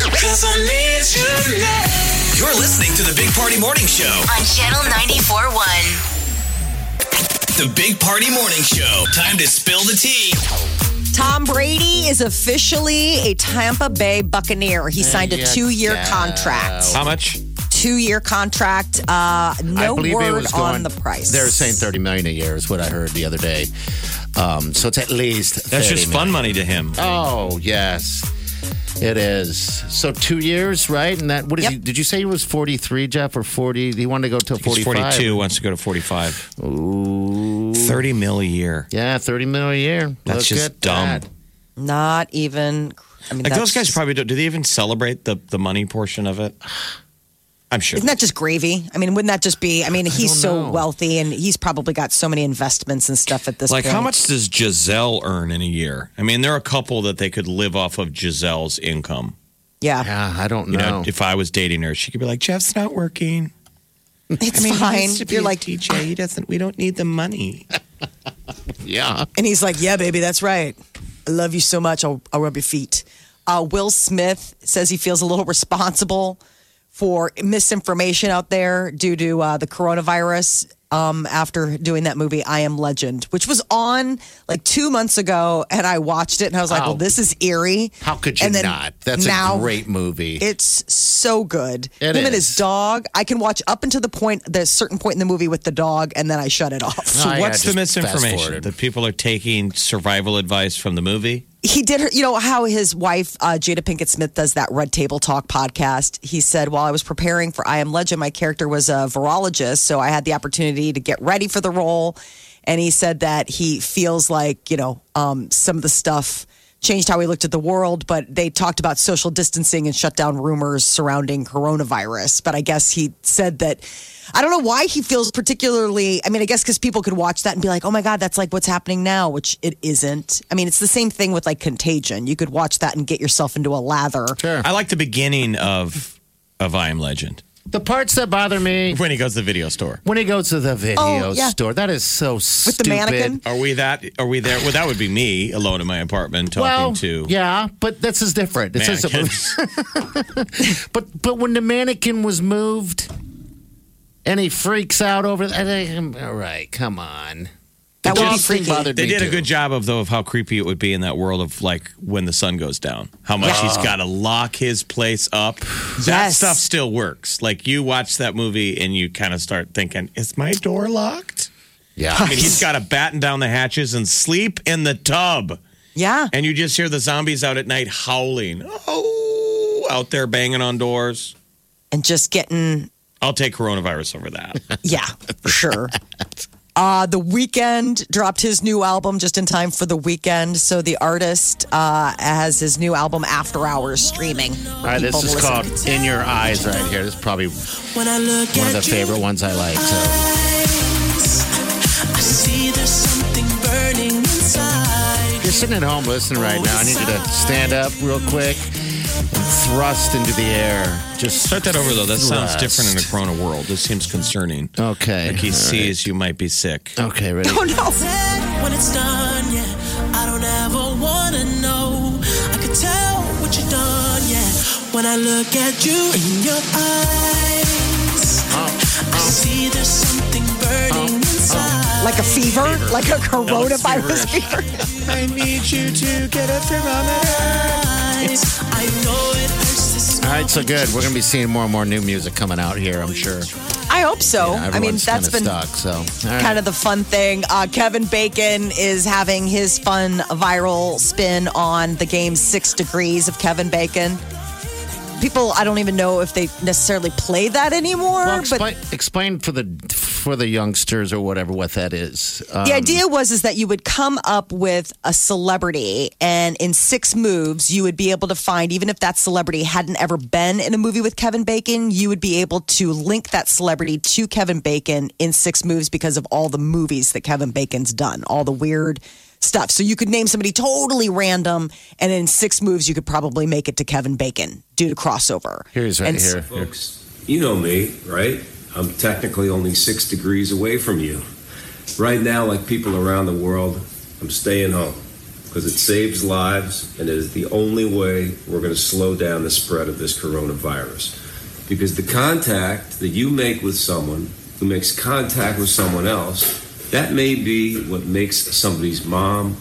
[SPEAKER 1] You're listening to the Big Party Morning Show.
[SPEAKER 2] On Channel 94.1.
[SPEAKER 1] The Big Party Morning Show. Time to spill the tea.
[SPEAKER 3] Tom Brady is officially a Tampa Bay Buccaneer. He signed a
[SPEAKER 5] you
[SPEAKER 3] two-year
[SPEAKER 5] go.
[SPEAKER 3] contract.
[SPEAKER 4] How much?
[SPEAKER 3] Two-year contract. Uh,
[SPEAKER 5] I
[SPEAKER 3] no
[SPEAKER 5] believe it
[SPEAKER 3] word
[SPEAKER 5] was going,
[SPEAKER 3] on the price.
[SPEAKER 5] They were saying thirty million a year is what I heard the other day. Um, so it's at least
[SPEAKER 4] That's
[SPEAKER 5] 30
[SPEAKER 4] just fun money to him.
[SPEAKER 5] Oh yes, it is. So two years, right? And that what is
[SPEAKER 3] Yep.
[SPEAKER 5] he? Did you say he was forty three, Jeff, or forty? He wanted to go till
[SPEAKER 4] He's
[SPEAKER 5] forty
[SPEAKER 4] 42, wants to go to 45. Ooh. 30 mil a year.
[SPEAKER 5] Yeah, thirty million a year.
[SPEAKER 4] That's
[SPEAKER 5] Look
[SPEAKER 4] just
[SPEAKER 5] at
[SPEAKER 4] dumb.
[SPEAKER 5] that.
[SPEAKER 3] not even. I mean,
[SPEAKER 4] Like
[SPEAKER 3] that's
[SPEAKER 4] those guys
[SPEAKER 3] just-
[SPEAKER 4] probably don't, do they even celebrate the, the money portion of it? I'm sure.
[SPEAKER 3] Isn't that just gravy? I mean, wouldn't that just be? I mean, he's so
[SPEAKER 5] know.
[SPEAKER 3] wealthy and he's probably got so many investments and stuff at this
[SPEAKER 4] like
[SPEAKER 3] point.
[SPEAKER 4] how much does Giselle earn in a year? I mean, there are a couple that they could live off of Giselle's income.
[SPEAKER 3] Yeah,
[SPEAKER 5] Yeah, Ah, I don't
[SPEAKER 4] You
[SPEAKER 5] know.
[SPEAKER 4] know, if I was dating her, she could be like, Jeff's not working.
[SPEAKER 3] it's
[SPEAKER 4] I mean, he
[SPEAKER 3] fine.
[SPEAKER 4] needs to be
[SPEAKER 3] You're
[SPEAKER 4] a
[SPEAKER 3] like,
[SPEAKER 4] DJ. He doesn't. We don't need the money.
[SPEAKER 5] yeah,
[SPEAKER 3] and he's like, yeah, baby, that's right. I love you so much. I'll, I'll rub your feet. Uh, Will Smith says he feels a little responsible for misinformation out there due to uh, the coronavirus. Um, after doing that movie, I Am Legend, which was on like two months ago, and I watched it and I was like,
[SPEAKER 5] Wow.
[SPEAKER 3] well, this is eerie.
[SPEAKER 5] how could you
[SPEAKER 3] And then
[SPEAKER 5] not? That's
[SPEAKER 3] now-
[SPEAKER 5] a great movie.
[SPEAKER 3] It's so good.
[SPEAKER 5] It
[SPEAKER 3] Him and his
[SPEAKER 5] is.
[SPEAKER 3] dog. I can watch up until the point, the certain point in the movie with the dog, and then I shut it off.
[SPEAKER 4] So
[SPEAKER 5] I
[SPEAKER 4] what's the
[SPEAKER 5] gotta just
[SPEAKER 4] misinformation
[SPEAKER 5] fast-forwarded.
[SPEAKER 4] that people are taking survival advice from the movie?
[SPEAKER 3] He did, her, you know, how his wife, uh, Jada Pinkett Smith, does that Red Table Talk podcast. He said, While I was preparing for I Am Legend, my character was a virologist, so I had the opportunity to get ready for the role. And he said that he feels like, you know, um, some of the stuff changed how he looked at the world, but they talked about social distancing and shut down rumors surrounding coronavirus. But I guess he said that I don't know why he feels particularly. I mean, I guess because people could watch that and be like, oh my God, that's like what's happening now, which it isn't. I mean, it's the same thing with like contagion. You could watch that and get yourself into a lather.
[SPEAKER 5] sure.
[SPEAKER 4] I like the beginning of of I Am Legend
[SPEAKER 5] the parts that bother me
[SPEAKER 4] when he goes to the video store.
[SPEAKER 5] when he goes to the video
[SPEAKER 3] Oh, yeah.
[SPEAKER 5] store. That is so stupid.
[SPEAKER 3] the mannequin?
[SPEAKER 4] Are we that? Are we there? Well, that would be me alone in my apartment talking
[SPEAKER 5] Well,
[SPEAKER 4] to
[SPEAKER 5] yeah, but this is different. It's just-
[SPEAKER 4] mannequins.
[SPEAKER 5] But but when the mannequin was moved, and he freaks out over that. um, All right, come on.
[SPEAKER 3] That
[SPEAKER 5] The
[SPEAKER 3] would
[SPEAKER 5] dog
[SPEAKER 3] be
[SPEAKER 5] thing
[SPEAKER 3] freaky.
[SPEAKER 5] bothered
[SPEAKER 4] They
[SPEAKER 5] me
[SPEAKER 4] did a
[SPEAKER 5] too.
[SPEAKER 4] good job of though of how creepy it would be in that world of like when the sun goes down, how much he's
[SPEAKER 5] Ah.
[SPEAKER 4] got to lock his place up. That
[SPEAKER 3] Yes.
[SPEAKER 4] stuff still works. Like you watch that movie and you kind of start thinking, "Is my door locked?"
[SPEAKER 5] Yeah,
[SPEAKER 4] I mean, he's got to batten down the hatches and sleep in the tub,
[SPEAKER 3] Yeah.
[SPEAKER 4] and you just hear the zombies out at night howling. Oh, out there banging on doors.
[SPEAKER 3] And just getting
[SPEAKER 4] I'll take coronavirus over that.
[SPEAKER 3] Yeah, for sure. Uh, the weekend dropped his new album just in time for the weekend, so the artist uh, has his new album After Hours streaming.
[SPEAKER 5] All right, this is called "In Your Eyes" right here. This is probably
[SPEAKER 6] When
[SPEAKER 5] one
[SPEAKER 6] I look
[SPEAKER 5] of the
[SPEAKER 6] at you,
[SPEAKER 5] favorite ones I like. So.
[SPEAKER 6] I see there's something burning inside.
[SPEAKER 5] You're sitting at home listening right now. I need you to stand up real quick and thrust into the air. Just
[SPEAKER 4] Start that over though. That sounds
[SPEAKER 5] thrust.
[SPEAKER 4] different in a corona world. This seems concerning.
[SPEAKER 5] Okay.
[SPEAKER 4] Like he
[SPEAKER 5] Oh, all
[SPEAKER 4] sees you might be sick.
[SPEAKER 5] right. Okay, ready.
[SPEAKER 3] Oh no!
[SPEAKER 6] Said when it's done, yeah. I don't ever wanna know. I could tell what you've done, yeah. When I look at you in your eyes, I see there's something burning inside.
[SPEAKER 3] Like a fever, like a coronavirus fever.
[SPEAKER 4] I need you to get a
[SPEAKER 6] I know it hurts to
[SPEAKER 5] All
[SPEAKER 6] smile,
[SPEAKER 5] right, so good. We're gonna be seeing more and more new music coming out here. I'm sure.
[SPEAKER 3] I hope so. I mean,
[SPEAKER 5] Everyone's
[SPEAKER 3] that's
[SPEAKER 5] kinda
[SPEAKER 3] been
[SPEAKER 5] stuck. So all right.
[SPEAKER 3] kind of the fun thing. Uh, Kevin Bacon is having his fun viral spin on the game Six Degrees of Kevin Bacon. People, I don't even know if they necessarily play that anymore,
[SPEAKER 5] Well,
[SPEAKER 3] but
[SPEAKER 5] explain, explain for the for the youngsters or whatever what that is. Um,
[SPEAKER 3] The idea was is that you would come up with a celebrity, and in six moves, you would be able to find even if that celebrity hadn't ever been in a movie with Kevin Bacon, you would be able to link that celebrity to Kevin Bacon in six moves because of all the movies that Kevin Bacon's done, all the weird stuff. So you could name somebody totally random, and in six moves, you could probably make it to Kevin Bacon due to crossover.
[SPEAKER 5] Here's right
[SPEAKER 3] And
[SPEAKER 5] here.
[SPEAKER 12] Folks, you know me, right? I'm technically only six degrees away from you. Right now, like people around the world, I'm staying home because it saves lives and it is the only way we're going to slow down the spread of this coronavirus. Because the contact that you make with someone who makes contact with someone else, that may be what makes somebody's mom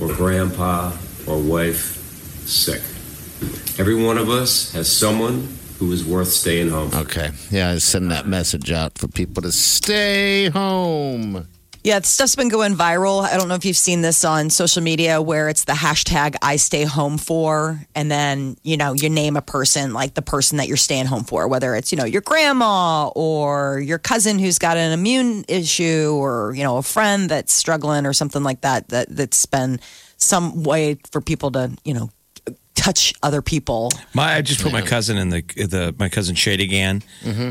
[SPEAKER 12] or grandpa or wife sick. Every one of us has someone who is worth staying home.
[SPEAKER 5] Okay. Yeah, I send that message out for people to stay home.
[SPEAKER 3] Yeah, this stuff's been going viral. I don't know if you've seen this on social media where it's the hashtag I stay home for. And then, you know, you name a person like the person that you're staying home for, whether it's, you know, your grandma or your cousin who's got an immune issue or, you know, a friend that's struggling or something like that, that that's been some way for people to, you know, touch other people.
[SPEAKER 4] My, I just put my cousin in the the my cousin Shay again.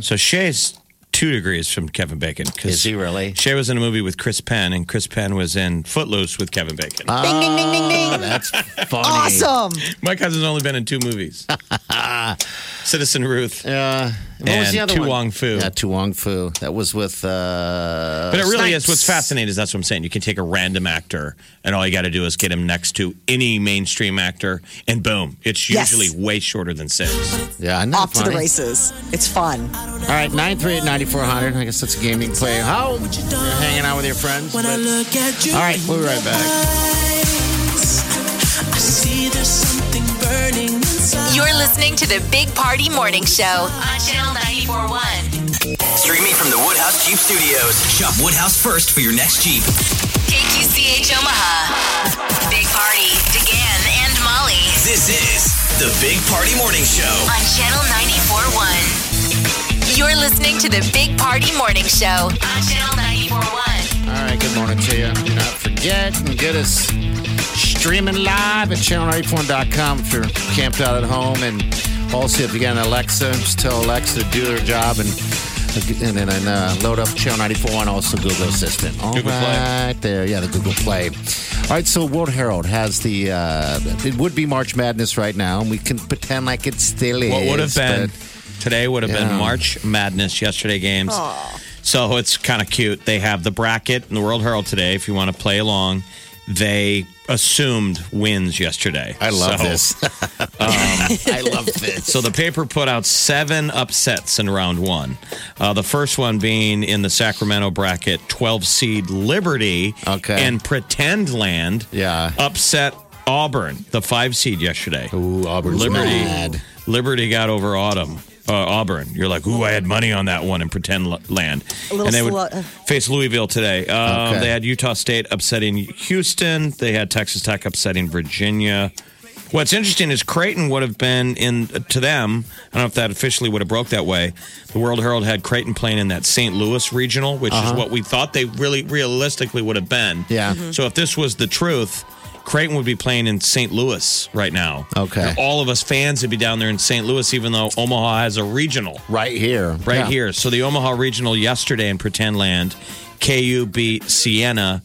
[SPEAKER 4] So Shay's two degrees from Kevin Bacon. Is he
[SPEAKER 5] really?
[SPEAKER 4] Shay was in a movie with Chris Penn, and Chris Penn was in Footloose with Kevin Bacon.
[SPEAKER 3] Ding, ding, ding, ding, ding.
[SPEAKER 5] Ah, That's funny.
[SPEAKER 3] Awesome.
[SPEAKER 4] My cousin's only been in two movies: Citizen Ruth.
[SPEAKER 5] Yeah. What
[SPEAKER 4] and
[SPEAKER 5] was the other
[SPEAKER 4] Tu
[SPEAKER 5] one?
[SPEAKER 4] Wong Fu.
[SPEAKER 5] Yeah, Tu Wong Fu. That was with. Uh,
[SPEAKER 4] But it really
[SPEAKER 5] Snipes.
[SPEAKER 4] is. What's fascinating is that's what I'm saying. You can take a random actor, and all you got to do is get him next to any mainstream actor, and boom, it's
[SPEAKER 3] Yes.
[SPEAKER 4] usually way shorter than six.
[SPEAKER 5] Yeah, I know.
[SPEAKER 3] Off to the
[SPEAKER 5] funny.
[SPEAKER 3] races. It's fun.
[SPEAKER 5] All right, 938 9400. I guess that's a game you can play. How? You're hanging out with your friends.
[SPEAKER 6] When I
[SPEAKER 5] but-
[SPEAKER 6] look at you
[SPEAKER 5] All right, we'll be right back.
[SPEAKER 6] I see there's something burning inside.
[SPEAKER 2] You're listening to the Big Party Morning Show on Channel 941.
[SPEAKER 1] Streaming from the Woodhouse Jeep Studios. Shop Woodhouse first for your next Jeep.
[SPEAKER 2] KQCH Omaha. Big Party, DeGan, and Molly
[SPEAKER 1] This is the Big Party Morning Show.
[SPEAKER 2] on Channel 941. You're listening to the Big Party Morning Show on Channel 941.
[SPEAKER 5] All right, good morning to you. Do not forget and get us streaming live at channel94.com if you're camped out at home. And also, if you got an Alexa, just tell Alexa to do their job and and then uh, load up Channel 94 and also Google Assistant. All right
[SPEAKER 4] Google Play.
[SPEAKER 5] there. Yeah, the Google Play. All right, so World Herald has the, uh, it would be March Madness right now, and we can pretend like it still is.
[SPEAKER 4] What would have been
[SPEAKER 5] but-
[SPEAKER 4] today would have
[SPEAKER 5] Yeah.
[SPEAKER 4] been March Madness yesterday games. So it's kind of cute. They have the bracket in the World Herald today. If you want to play along, they assumed wins yesterday.
[SPEAKER 5] I love
[SPEAKER 4] So- um,
[SPEAKER 5] this. I love this.
[SPEAKER 4] So the paper put out seven upsets in round one. Uh, the first one being in the Sacramento bracket, 12 seed Liberty
[SPEAKER 5] Okay.
[SPEAKER 4] and Pretend Land
[SPEAKER 5] Yeah.
[SPEAKER 4] upset Auburn, the five seed yesterday.
[SPEAKER 5] Ooh, Auburn's
[SPEAKER 4] Liberty,
[SPEAKER 5] mad.
[SPEAKER 4] Liberty got over Autumn. Uh, Auburn, you're like, ooh, I had money on that one and pretend L- land.
[SPEAKER 3] A little uh,
[SPEAKER 4] and they
[SPEAKER 3] slow-
[SPEAKER 4] would face Louisville today. Um,
[SPEAKER 5] Okay.
[SPEAKER 4] They had Utah State upsetting Houston. They had Texas Tech upsetting Virginia. What's interesting is Creighton would have been in to them. I don't know if that officially would have broke that way. The World Herald had Creighton playing in that St. Louis regional, which is what we thought they really realistically would have been.
[SPEAKER 5] Uh-huh. Yeah.
[SPEAKER 3] Mm-hmm.
[SPEAKER 5] Mhm.
[SPEAKER 4] So if this was the truth, Creighton would be playing in St. Louis right now.
[SPEAKER 5] Okay.
[SPEAKER 4] And all of us fans would be down there in St. Louis, even though Omaha has a regional
[SPEAKER 5] Right here.
[SPEAKER 4] right
[SPEAKER 5] Yeah.
[SPEAKER 4] here. So the Omaha Regional yesterday in Pretend Land, KU beat Siena,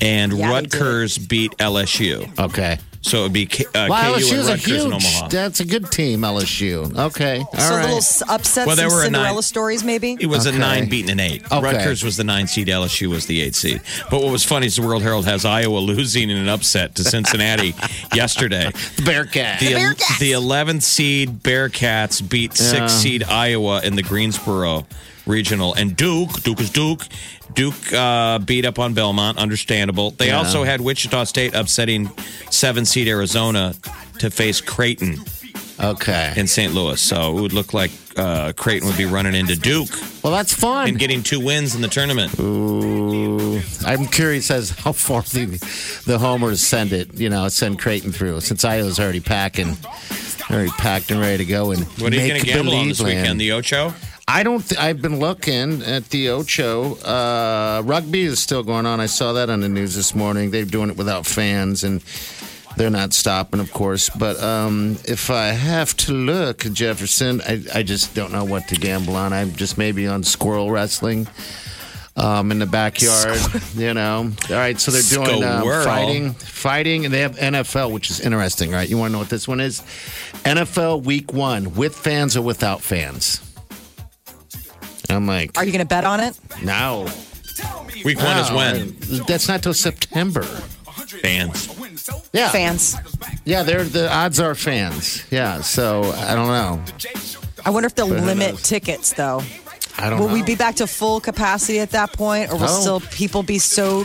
[SPEAKER 4] and
[SPEAKER 3] Yeah, they did.
[SPEAKER 4] Rutgers beat LSU.
[SPEAKER 5] Okay.
[SPEAKER 4] So it would be K- uh,
[SPEAKER 5] Wow,
[SPEAKER 4] KU
[SPEAKER 5] LSU
[SPEAKER 4] and
[SPEAKER 5] is a
[SPEAKER 4] Rutgers and
[SPEAKER 5] huge.
[SPEAKER 4] Omaha.
[SPEAKER 5] That's a good team, LSU. Okay, all right.
[SPEAKER 3] so little s- upsets,
[SPEAKER 4] Well,
[SPEAKER 3] some
[SPEAKER 4] there were a nine-
[SPEAKER 3] Cinderella stories, maybe?
[SPEAKER 4] It was
[SPEAKER 5] Okay.
[SPEAKER 4] a nine beating an eight.
[SPEAKER 5] Okay.
[SPEAKER 4] Rutgers was the nine seed. LSU was the eight seed. But what was funny is the World Herald has Iowa losing in an upset to Cincinnati yesterday.
[SPEAKER 5] Bearcat.
[SPEAKER 4] The, el- the 11th seed Bearcats beat
[SPEAKER 5] Yeah.
[SPEAKER 4] 6th seed Iowa in the Greensboro regional. And Duke, Duke is Duke. Duke uh, beat up on Belmont, understandable. They
[SPEAKER 5] Yeah.
[SPEAKER 4] also had Wichita State upsetting 7 seed Arizona to face Creighton uh,
[SPEAKER 5] okay.
[SPEAKER 4] in St. Louis. So it would look like uh, Creighton would be running into Duke
[SPEAKER 5] Well, that's fun.
[SPEAKER 4] and getting two wins in the tournament.
[SPEAKER 5] Ooh. I'm curious as how far the, the homers send it. You know, send Creighton through since Iowa's already packing, already packed and ready to go. And
[SPEAKER 4] What are you going
[SPEAKER 5] make
[SPEAKER 4] to gamble on
[SPEAKER 5] believe
[SPEAKER 4] this
[SPEAKER 5] land.
[SPEAKER 4] weekend? The Ocho?
[SPEAKER 5] I don't. Th- I've been looking at the Ocho. Uh, rugby is still going on. I saw that on the news this morning. They're doing it without fans, and they're not stopping, of course. But um, if I have to look, Jefferson, I, I just don't know what to gamble on. I'm just maybe on squirrel wrestling. um, in the backyard. You know. All right, so they're doing uh,
[SPEAKER 4] Squirrel.
[SPEAKER 5] fighting, fighting, and they have NFL, which is interesting, right? You want to know what this one is? NFL Week One, with fans or without fans. I'm like,
[SPEAKER 3] Are you going to bet on it?
[SPEAKER 5] no.
[SPEAKER 4] Week one is
[SPEAKER 5] No,
[SPEAKER 4] when?
[SPEAKER 5] That's not till September.
[SPEAKER 4] Fans.
[SPEAKER 5] Yeah.
[SPEAKER 3] Fans.
[SPEAKER 5] Yeah, they're the odds are fans. Yeah, so I don't know.
[SPEAKER 3] I wonder if they'll
[SPEAKER 5] But who
[SPEAKER 3] limit
[SPEAKER 5] knows?
[SPEAKER 3] tickets though.
[SPEAKER 5] I don't
[SPEAKER 3] will
[SPEAKER 5] know.
[SPEAKER 3] we be back to full capacity at that point, or will
[SPEAKER 4] Oh.
[SPEAKER 3] still people be so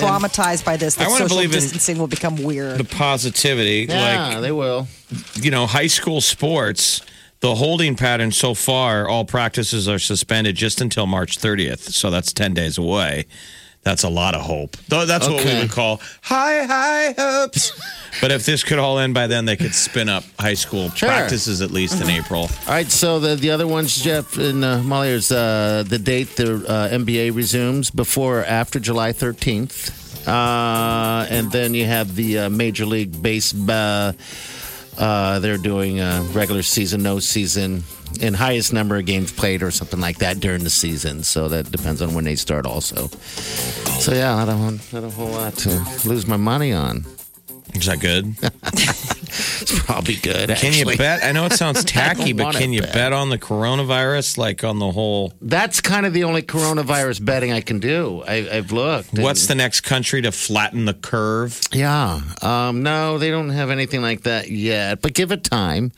[SPEAKER 3] traumatized by this that
[SPEAKER 4] I wanna
[SPEAKER 3] social
[SPEAKER 4] believe in-
[SPEAKER 3] distancing will become weird?
[SPEAKER 4] The positivity.
[SPEAKER 5] Yeah,
[SPEAKER 4] like,
[SPEAKER 5] they will.
[SPEAKER 4] you know, high school sports, the holding pattern so far, all practices are suspended just until March 30th. So that's 10 days away. That's a lot of hope. Though that's what we
[SPEAKER 5] Okay.
[SPEAKER 4] would call high, high hopes. but if this could all end by then, they could spin up high school
[SPEAKER 5] Sure.
[SPEAKER 4] practices at least in April.
[SPEAKER 5] All right, so the the other ones, Jeff and uh, Molly, is uh, the date the uh, NBA resumes before or after July 13th. Uh, and then you have the uh, Major League Baseball. Uh, they're doing uh, regular season, no season, and highest number of games played or something like that during the season. So that depends on when they start, also. So, yeah, not a, whole- not a whole lot to lose my money on.
[SPEAKER 4] Is that good?
[SPEAKER 5] It's probably good.
[SPEAKER 4] Can
[SPEAKER 5] actually.
[SPEAKER 4] you bet? I know it sounds
[SPEAKER 5] I
[SPEAKER 4] tacky,
[SPEAKER 5] don't
[SPEAKER 4] but
[SPEAKER 5] wanna
[SPEAKER 4] can you
[SPEAKER 5] bet.
[SPEAKER 4] bet on the coronavirus? Like on the whole.
[SPEAKER 5] That's kind of the only coronavirus betting I can do. I, I've looked. and-
[SPEAKER 4] What's the next country to flatten the curve?
[SPEAKER 5] Yeah. Um, no, they don't have anything like that yet, but give it time.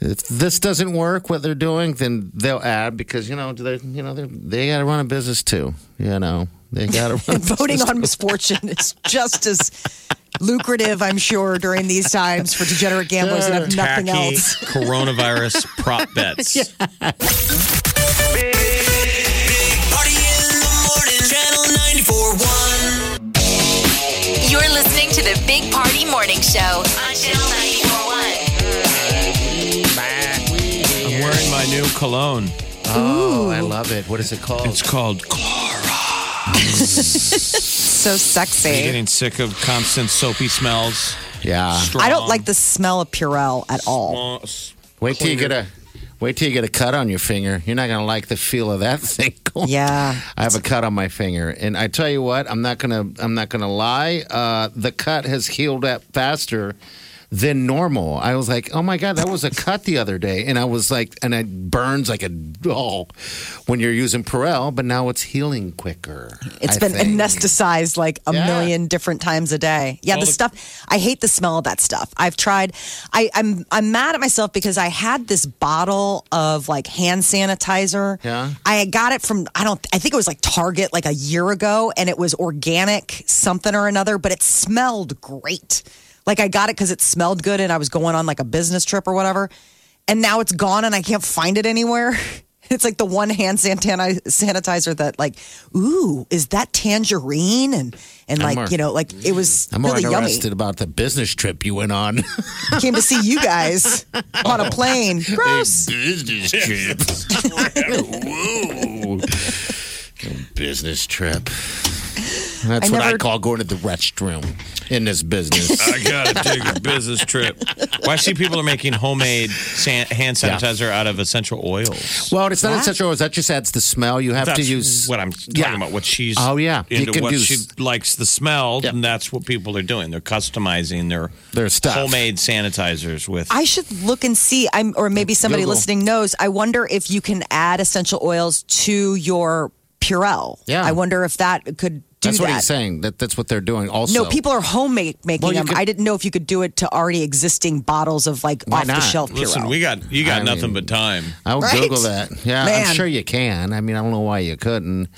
[SPEAKER 5] If this doesn't work, what they're doing, then they'll add because you know they you know they're, they got to run a business too. You know they got to run. a
[SPEAKER 3] Voting
[SPEAKER 5] business.
[SPEAKER 3] on misfortune is just as lucrative, I'm sure, during these times for degenerate gamblers
[SPEAKER 5] Uh,
[SPEAKER 3] that have nothing
[SPEAKER 4] Tacky
[SPEAKER 3] else.
[SPEAKER 4] coronavirus prop bets.
[SPEAKER 6] Channel 941.
[SPEAKER 2] You're listening to the Big Party Morning Show on Channel 941.
[SPEAKER 4] I'm wearing my new cologne.
[SPEAKER 5] Oh, I love it. What is it called?
[SPEAKER 4] It's called
[SPEAKER 3] so
[SPEAKER 4] Are you
[SPEAKER 3] sexy.
[SPEAKER 4] getting sick of constant soapy smells?
[SPEAKER 5] yeah.
[SPEAKER 4] Strong.
[SPEAKER 3] I don't like the smell of Purell at
[SPEAKER 4] Uh,
[SPEAKER 3] all.
[SPEAKER 5] Wait till you get a. Wait till you get a cut on your finger. You're not gonna like the feel of that thing. going
[SPEAKER 3] Yeah.
[SPEAKER 5] I have a cut on my finger, and I tell you what, I'm not gonna, I'm not gonna lie. Uh, the cut has healed up faster than normal. I was like, oh my god, that was a cut the other day, and I was like, and it burns like a oh when you're using Perel, but now it's healing quicker.
[SPEAKER 3] It's
[SPEAKER 5] It's
[SPEAKER 3] been anesthetized like a
[SPEAKER 5] Yeah.
[SPEAKER 3] million different times a day. Yeah, the, stuff I hate the smell of that stuff. I've tried I, I'm I'm mad at myself because I had this bottle of like hand sanitizer.
[SPEAKER 5] Yeah.
[SPEAKER 3] I got it from I don't I think it was like Target like a year ago and it was organic something or another, but it smelled great. Like I got it because it smelled good and I was going on like a business trip or whatever. And now it's gone and I can't find it anywhere. It's like the one hand sanitizer sanitizer that like, ooh, is that tangerine? And and
[SPEAKER 5] I'm
[SPEAKER 3] like,
[SPEAKER 5] more-
[SPEAKER 3] you know, like it was
[SPEAKER 5] I'm more
[SPEAKER 3] really yummy.
[SPEAKER 5] interested about the business trip you went on.
[SPEAKER 3] Came to see you guys on a plane. Gross.
[SPEAKER 5] business trip. Whoa. business trip. That's
[SPEAKER 3] I
[SPEAKER 5] what I
[SPEAKER 3] never- Uh,
[SPEAKER 5] call going to the restroom in this business.
[SPEAKER 4] I gotta take a business trip. Well, I see people are making homemade san- hand sanitizer out of essential oils.
[SPEAKER 5] well, it's not essential. That just adds the smell. You have
[SPEAKER 4] that's
[SPEAKER 5] to use.
[SPEAKER 4] what I'm talking
[SPEAKER 5] Yeah.
[SPEAKER 4] about. What she's
[SPEAKER 5] Oh, yeah. You
[SPEAKER 4] into
[SPEAKER 5] can
[SPEAKER 4] what
[SPEAKER 5] do-
[SPEAKER 4] she likes the smell,
[SPEAKER 5] Yeah.
[SPEAKER 4] and that's what people are doing. They're customizing their
[SPEAKER 5] Their stuff.
[SPEAKER 4] homemade sanitizers with.
[SPEAKER 3] I should look and see. I'm or maybe somebody
[SPEAKER 5] Google.
[SPEAKER 3] listening knows. I wonder if you can add essential oils to your Purell.
[SPEAKER 5] Yeah.
[SPEAKER 3] I wonder if that could do
[SPEAKER 5] That's
[SPEAKER 3] that.
[SPEAKER 5] what he's saying. That that's what they're doing. Also,
[SPEAKER 3] No, people are homemade making
[SPEAKER 5] Well, you
[SPEAKER 3] them.
[SPEAKER 5] could-
[SPEAKER 3] I didn't know if you could do it to already existing bottles of like
[SPEAKER 5] Why
[SPEAKER 3] off the
[SPEAKER 5] not?
[SPEAKER 3] shelf Purell.
[SPEAKER 4] Listen, we got you got nothing but time.
[SPEAKER 5] I'll
[SPEAKER 3] Right?
[SPEAKER 5] Google that. Yeah, I'm
[SPEAKER 3] Man.
[SPEAKER 5] sure you can. I mean, I don't know why you couldn't.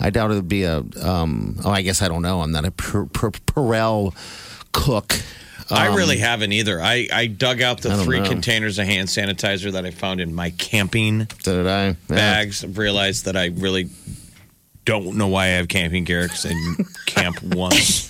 [SPEAKER 5] I doubt it would be a. Um, oh, I guess I don't know. I'm not a per, per, Perel cook.
[SPEAKER 4] I
[SPEAKER 5] Um,
[SPEAKER 4] really haven't either. I, I dug out the
[SPEAKER 5] I don't
[SPEAKER 4] three
[SPEAKER 5] know.
[SPEAKER 4] containers of hand sanitizer that I found in my camping
[SPEAKER 5] Did I? Yeah.
[SPEAKER 4] bags. I've realized that I really don't know why I have camping gear because I camp once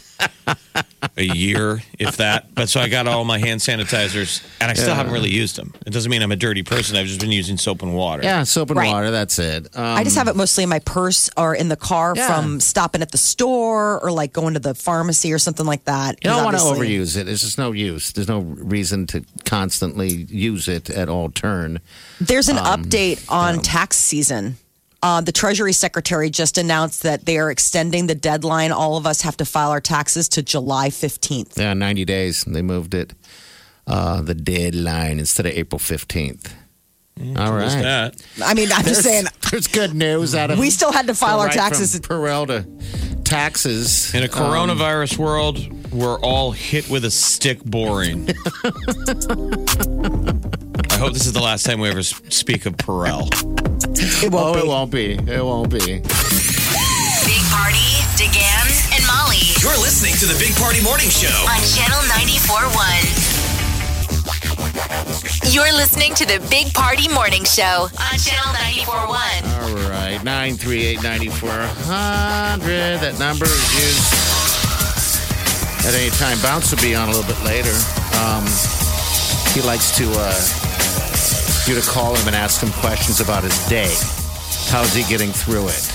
[SPEAKER 4] a year, if that. But so I got all my hand sanitizers, and I still haven't really used them. It doesn't mean I'm a dirty person. I've just been using soap and water.
[SPEAKER 5] Yeah, soap and
[SPEAKER 3] Right.
[SPEAKER 5] water. That's it. Um,
[SPEAKER 3] I just have it mostly in my purse or in the car
[SPEAKER 5] Yeah.
[SPEAKER 3] from stopping at the store or like going to the pharmacy or something like that.
[SPEAKER 5] You don't want to
[SPEAKER 3] Obviously-
[SPEAKER 5] overuse it. There's just no use. There's no reason to constantly use it at all turn. Um,
[SPEAKER 3] There's an update on tax season. Uh, the Treasury Secretary just announced that they are extending the deadline. All of us have to file our taxes to July 15th.
[SPEAKER 5] Yeah, 90 days. They moved it, uh, the deadline, instead of April 15th. All
[SPEAKER 3] what was
[SPEAKER 5] right.
[SPEAKER 3] that? I mean, I'm just saying-
[SPEAKER 5] There's- There's good news out of
[SPEAKER 3] We still had to file
[SPEAKER 5] So
[SPEAKER 3] our
[SPEAKER 5] right
[SPEAKER 3] taxes.
[SPEAKER 5] From Perel to taxes. Uh,
[SPEAKER 4] In a coronavirus world, we're all hit with a stick boring. I hope this is the last time we ever s- speak of Perel.
[SPEAKER 3] It
[SPEAKER 5] won't oh, it won't be. It won't be.
[SPEAKER 2] Big Party, DeGan, and Molly
[SPEAKER 1] You're listening to the Big Party Morning Show.
[SPEAKER 2] on Channel 94.1. You're listening to the Big Party Morning Show on Channel 94.1.
[SPEAKER 5] All right. 938 9400. That number is used at any time. Bounce will be on a little bit later. Um, he likes to uh, you to call him and ask him questions about his day. How's he getting through it?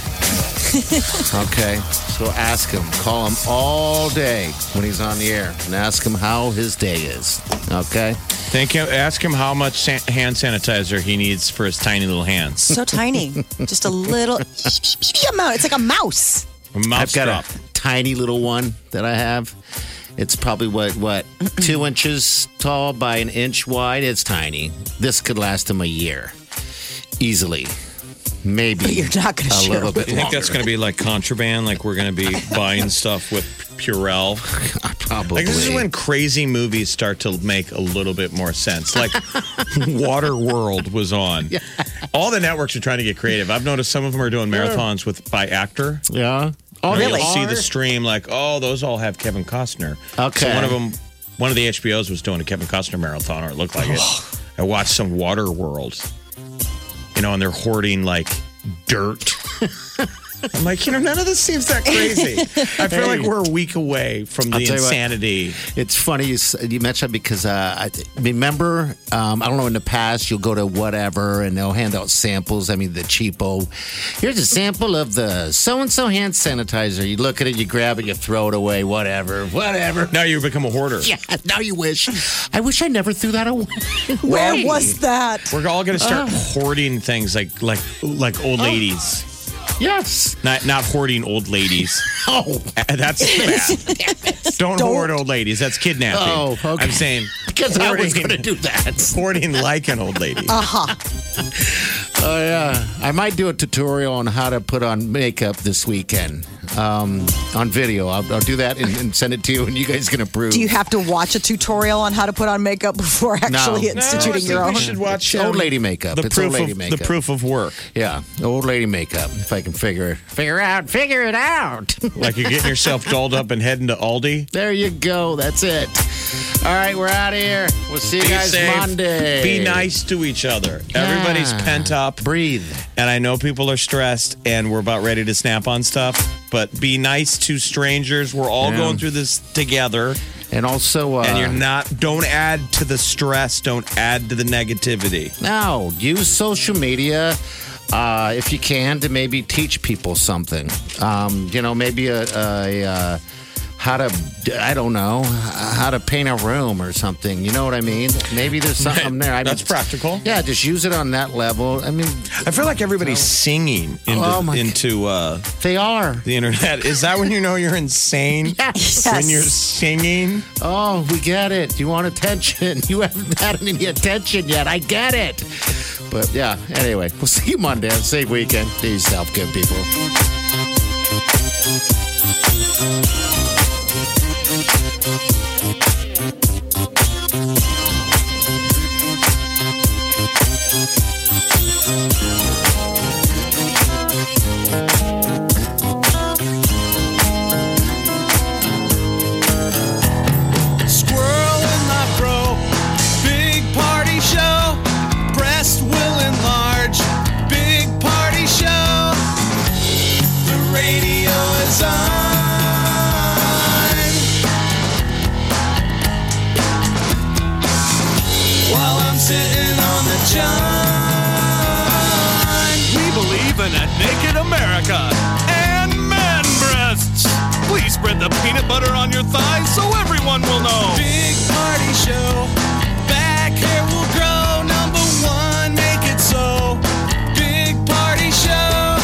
[SPEAKER 5] okay. So ask him. Call him all day when he's on the air and ask him how his day is. Okay.
[SPEAKER 4] Thank him. Ask him how much san- hand sanitizer he needs for his tiny little hands.
[SPEAKER 3] So tiny, just a little amount. It's like a mouse.
[SPEAKER 5] I've got a tiny little one that I have. It's probably what what two inches tall by an inch wide. It's tiny. This could last him a year, easily. Maybe
[SPEAKER 3] you're not gonna
[SPEAKER 5] a
[SPEAKER 3] share
[SPEAKER 5] little bit
[SPEAKER 4] You think
[SPEAKER 5] longer.
[SPEAKER 4] that's going to be like contraband? Like we're going to be buying stuff with Purell? Like
[SPEAKER 5] Probably.
[SPEAKER 4] this is when crazy movies start to make a little bit more sense. Like Waterworld was on. All the networks are trying to get creative. I've noticed some of them are doing marathons with by actor.
[SPEAKER 5] Yeah.
[SPEAKER 4] Oh,
[SPEAKER 5] really?
[SPEAKER 4] You'll see
[SPEAKER 5] Are?
[SPEAKER 4] the stream like, oh, those all have Kevin Costner.
[SPEAKER 5] Okay.
[SPEAKER 4] So one of them, one of the HBOs was doing a Kevin Costner marathon, or it looked like it. I watched some Waterworld, you know, and they're hoarding like dirt. I'm like, you know, none of this seems that crazy. I feel like we're a week away from the
[SPEAKER 5] I'll tell you what.
[SPEAKER 4] insanity.
[SPEAKER 5] It's funny you, s- you mentioned that because uh, I th- remember, um, I don't know, in the past, you'll go to whatever and they'll hand out samples. I mean, the cheapo. Here's a sample of the so and so hand sanitizer. You look at it, you grab it, you throw it away, whatever, whatever.
[SPEAKER 4] Now you become a hoarder.
[SPEAKER 5] Yeah, now you wish. I wish I never threw that away.
[SPEAKER 3] Where was that?
[SPEAKER 4] We're all going to start
[SPEAKER 5] Oh.
[SPEAKER 4] hoarding things like like like old ladies.
[SPEAKER 5] Yes.
[SPEAKER 4] Not not hoarding old ladies.
[SPEAKER 5] Oh,
[SPEAKER 4] that's bad. Don't, hoard old ladies. That's kidnapping.
[SPEAKER 5] Oh, okay.
[SPEAKER 4] I'm saying
[SPEAKER 5] Because I was gonna do that.
[SPEAKER 4] Hoarding like an old lady.
[SPEAKER 3] Uh-huh.
[SPEAKER 5] Oh yeah, I might do a tutorial on how to put on makeup this weekend um, on video. I'll, I'll do that and, and send it to you, and you guys can approve.
[SPEAKER 3] Do you have to watch a tutorial on how to put on makeup before actually
[SPEAKER 5] No.
[SPEAKER 3] instituting your own?
[SPEAKER 4] watch
[SPEAKER 5] old lady makeup.
[SPEAKER 4] the
[SPEAKER 5] it's
[SPEAKER 4] proof
[SPEAKER 5] old lady
[SPEAKER 4] of- the
[SPEAKER 5] makeup.
[SPEAKER 4] proof of work.
[SPEAKER 5] Yeah, old lady makeup. If I can figure figure out, figure it out.
[SPEAKER 4] Like you're getting yourself dolled up and heading to Aldi.
[SPEAKER 5] there you go. That's it. All right, we're out of here. We'll see you
[SPEAKER 4] Be
[SPEAKER 5] guys
[SPEAKER 4] safe.
[SPEAKER 5] Monday.
[SPEAKER 4] Be nice to each other. Everybody's
[SPEAKER 5] Yeah.
[SPEAKER 4] pent up.
[SPEAKER 5] Breathe.
[SPEAKER 4] And I know people are stressed and we're about ready to snap on stuff, but be nice to strangers. We're all
[SPEAKER 5] Yeah.
[SPEAKER 4] going through this together.
[SPEAKER 5] And also, uh,
[SPEAKER 4] and you're not, don't add to the stress, don't add to the negativity.
[SPEAKER 5] No, use social media uh, if you can to maybe teach people something. Um, you know, maybe a, a, uh how to I don't know how to paint a room or something. You know what I mean? Maybe there's something there. I
[SPEAKER 4] That's
[SPEAKER 5] mean,
[SPEAKER 4] practical.
[SPEAKER 5] Yeah, just use it on that level. I mean,
[SPEAKER 4] I feel like everybody's singing into,
[SPEAKER 5] Oh, my
[SPEAKER 4] into uh,
[SPEAKER 5] they are.
[SPEAKER 4] the internet. Is that when you know you're insane?
[SPEAKER 5] Yes.
[SPEAKER 4] When you're singing?
[SPEAKER 5] Oh, we get it. You want attention. You haven't had any attention yet. I get it. But yeah, anyway, we'll see you Monday. Have a safe weekend. Be yourself, good people.
[SPEAKER 6] Squirrel in my bro. Big party show. Breast will enlarge. Big party show. The radio is on. While I'm sitting on the john. We believe in a naked America and man breasts. Please spread the peanut butter on your thighs so everyone will know. Big party show. Back hair will grow. Number one, make it so. Big party show.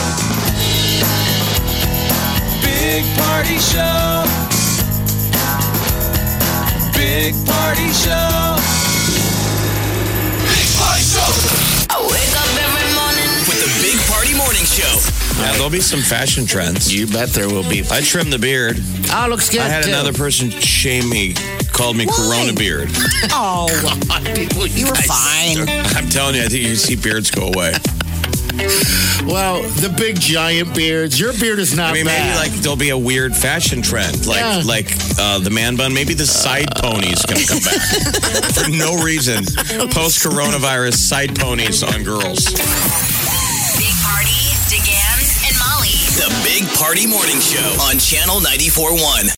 [SPEAKER 4] There'll be some fashion trends. You bet there will be. I trimmed the beard.
[SPEAKER 5] Oh, looks good,
[SPEAKER 4] I had
[SPEAKER 5] too.
[SPEAKER 4] another person shame me, called me Corona beard.
[SPEAKER 3] Oh, you were fine.
[SPEAKER 4] I'm telling you, I think you see beards go away.
[SPEAKER 5] Well, the big giant beards. Your beard is not
[SPEAKER 4] I mean,
[SPEAKER 5] bad.
[SPEAKER 4] maybe like there'll be a weird fashion trend, like
[SPEAKER 5] Yeah.
[SPEAKER 4] like uh, the man bun. Maybe the side pony's gonna come back for no reason. Post coronavirus, side ponies on girls.
[SPEAKER 2] Big Party, DeGan, and Molly.
[SPEAKER 1] The Big Party Morning Show on Channel 94.1.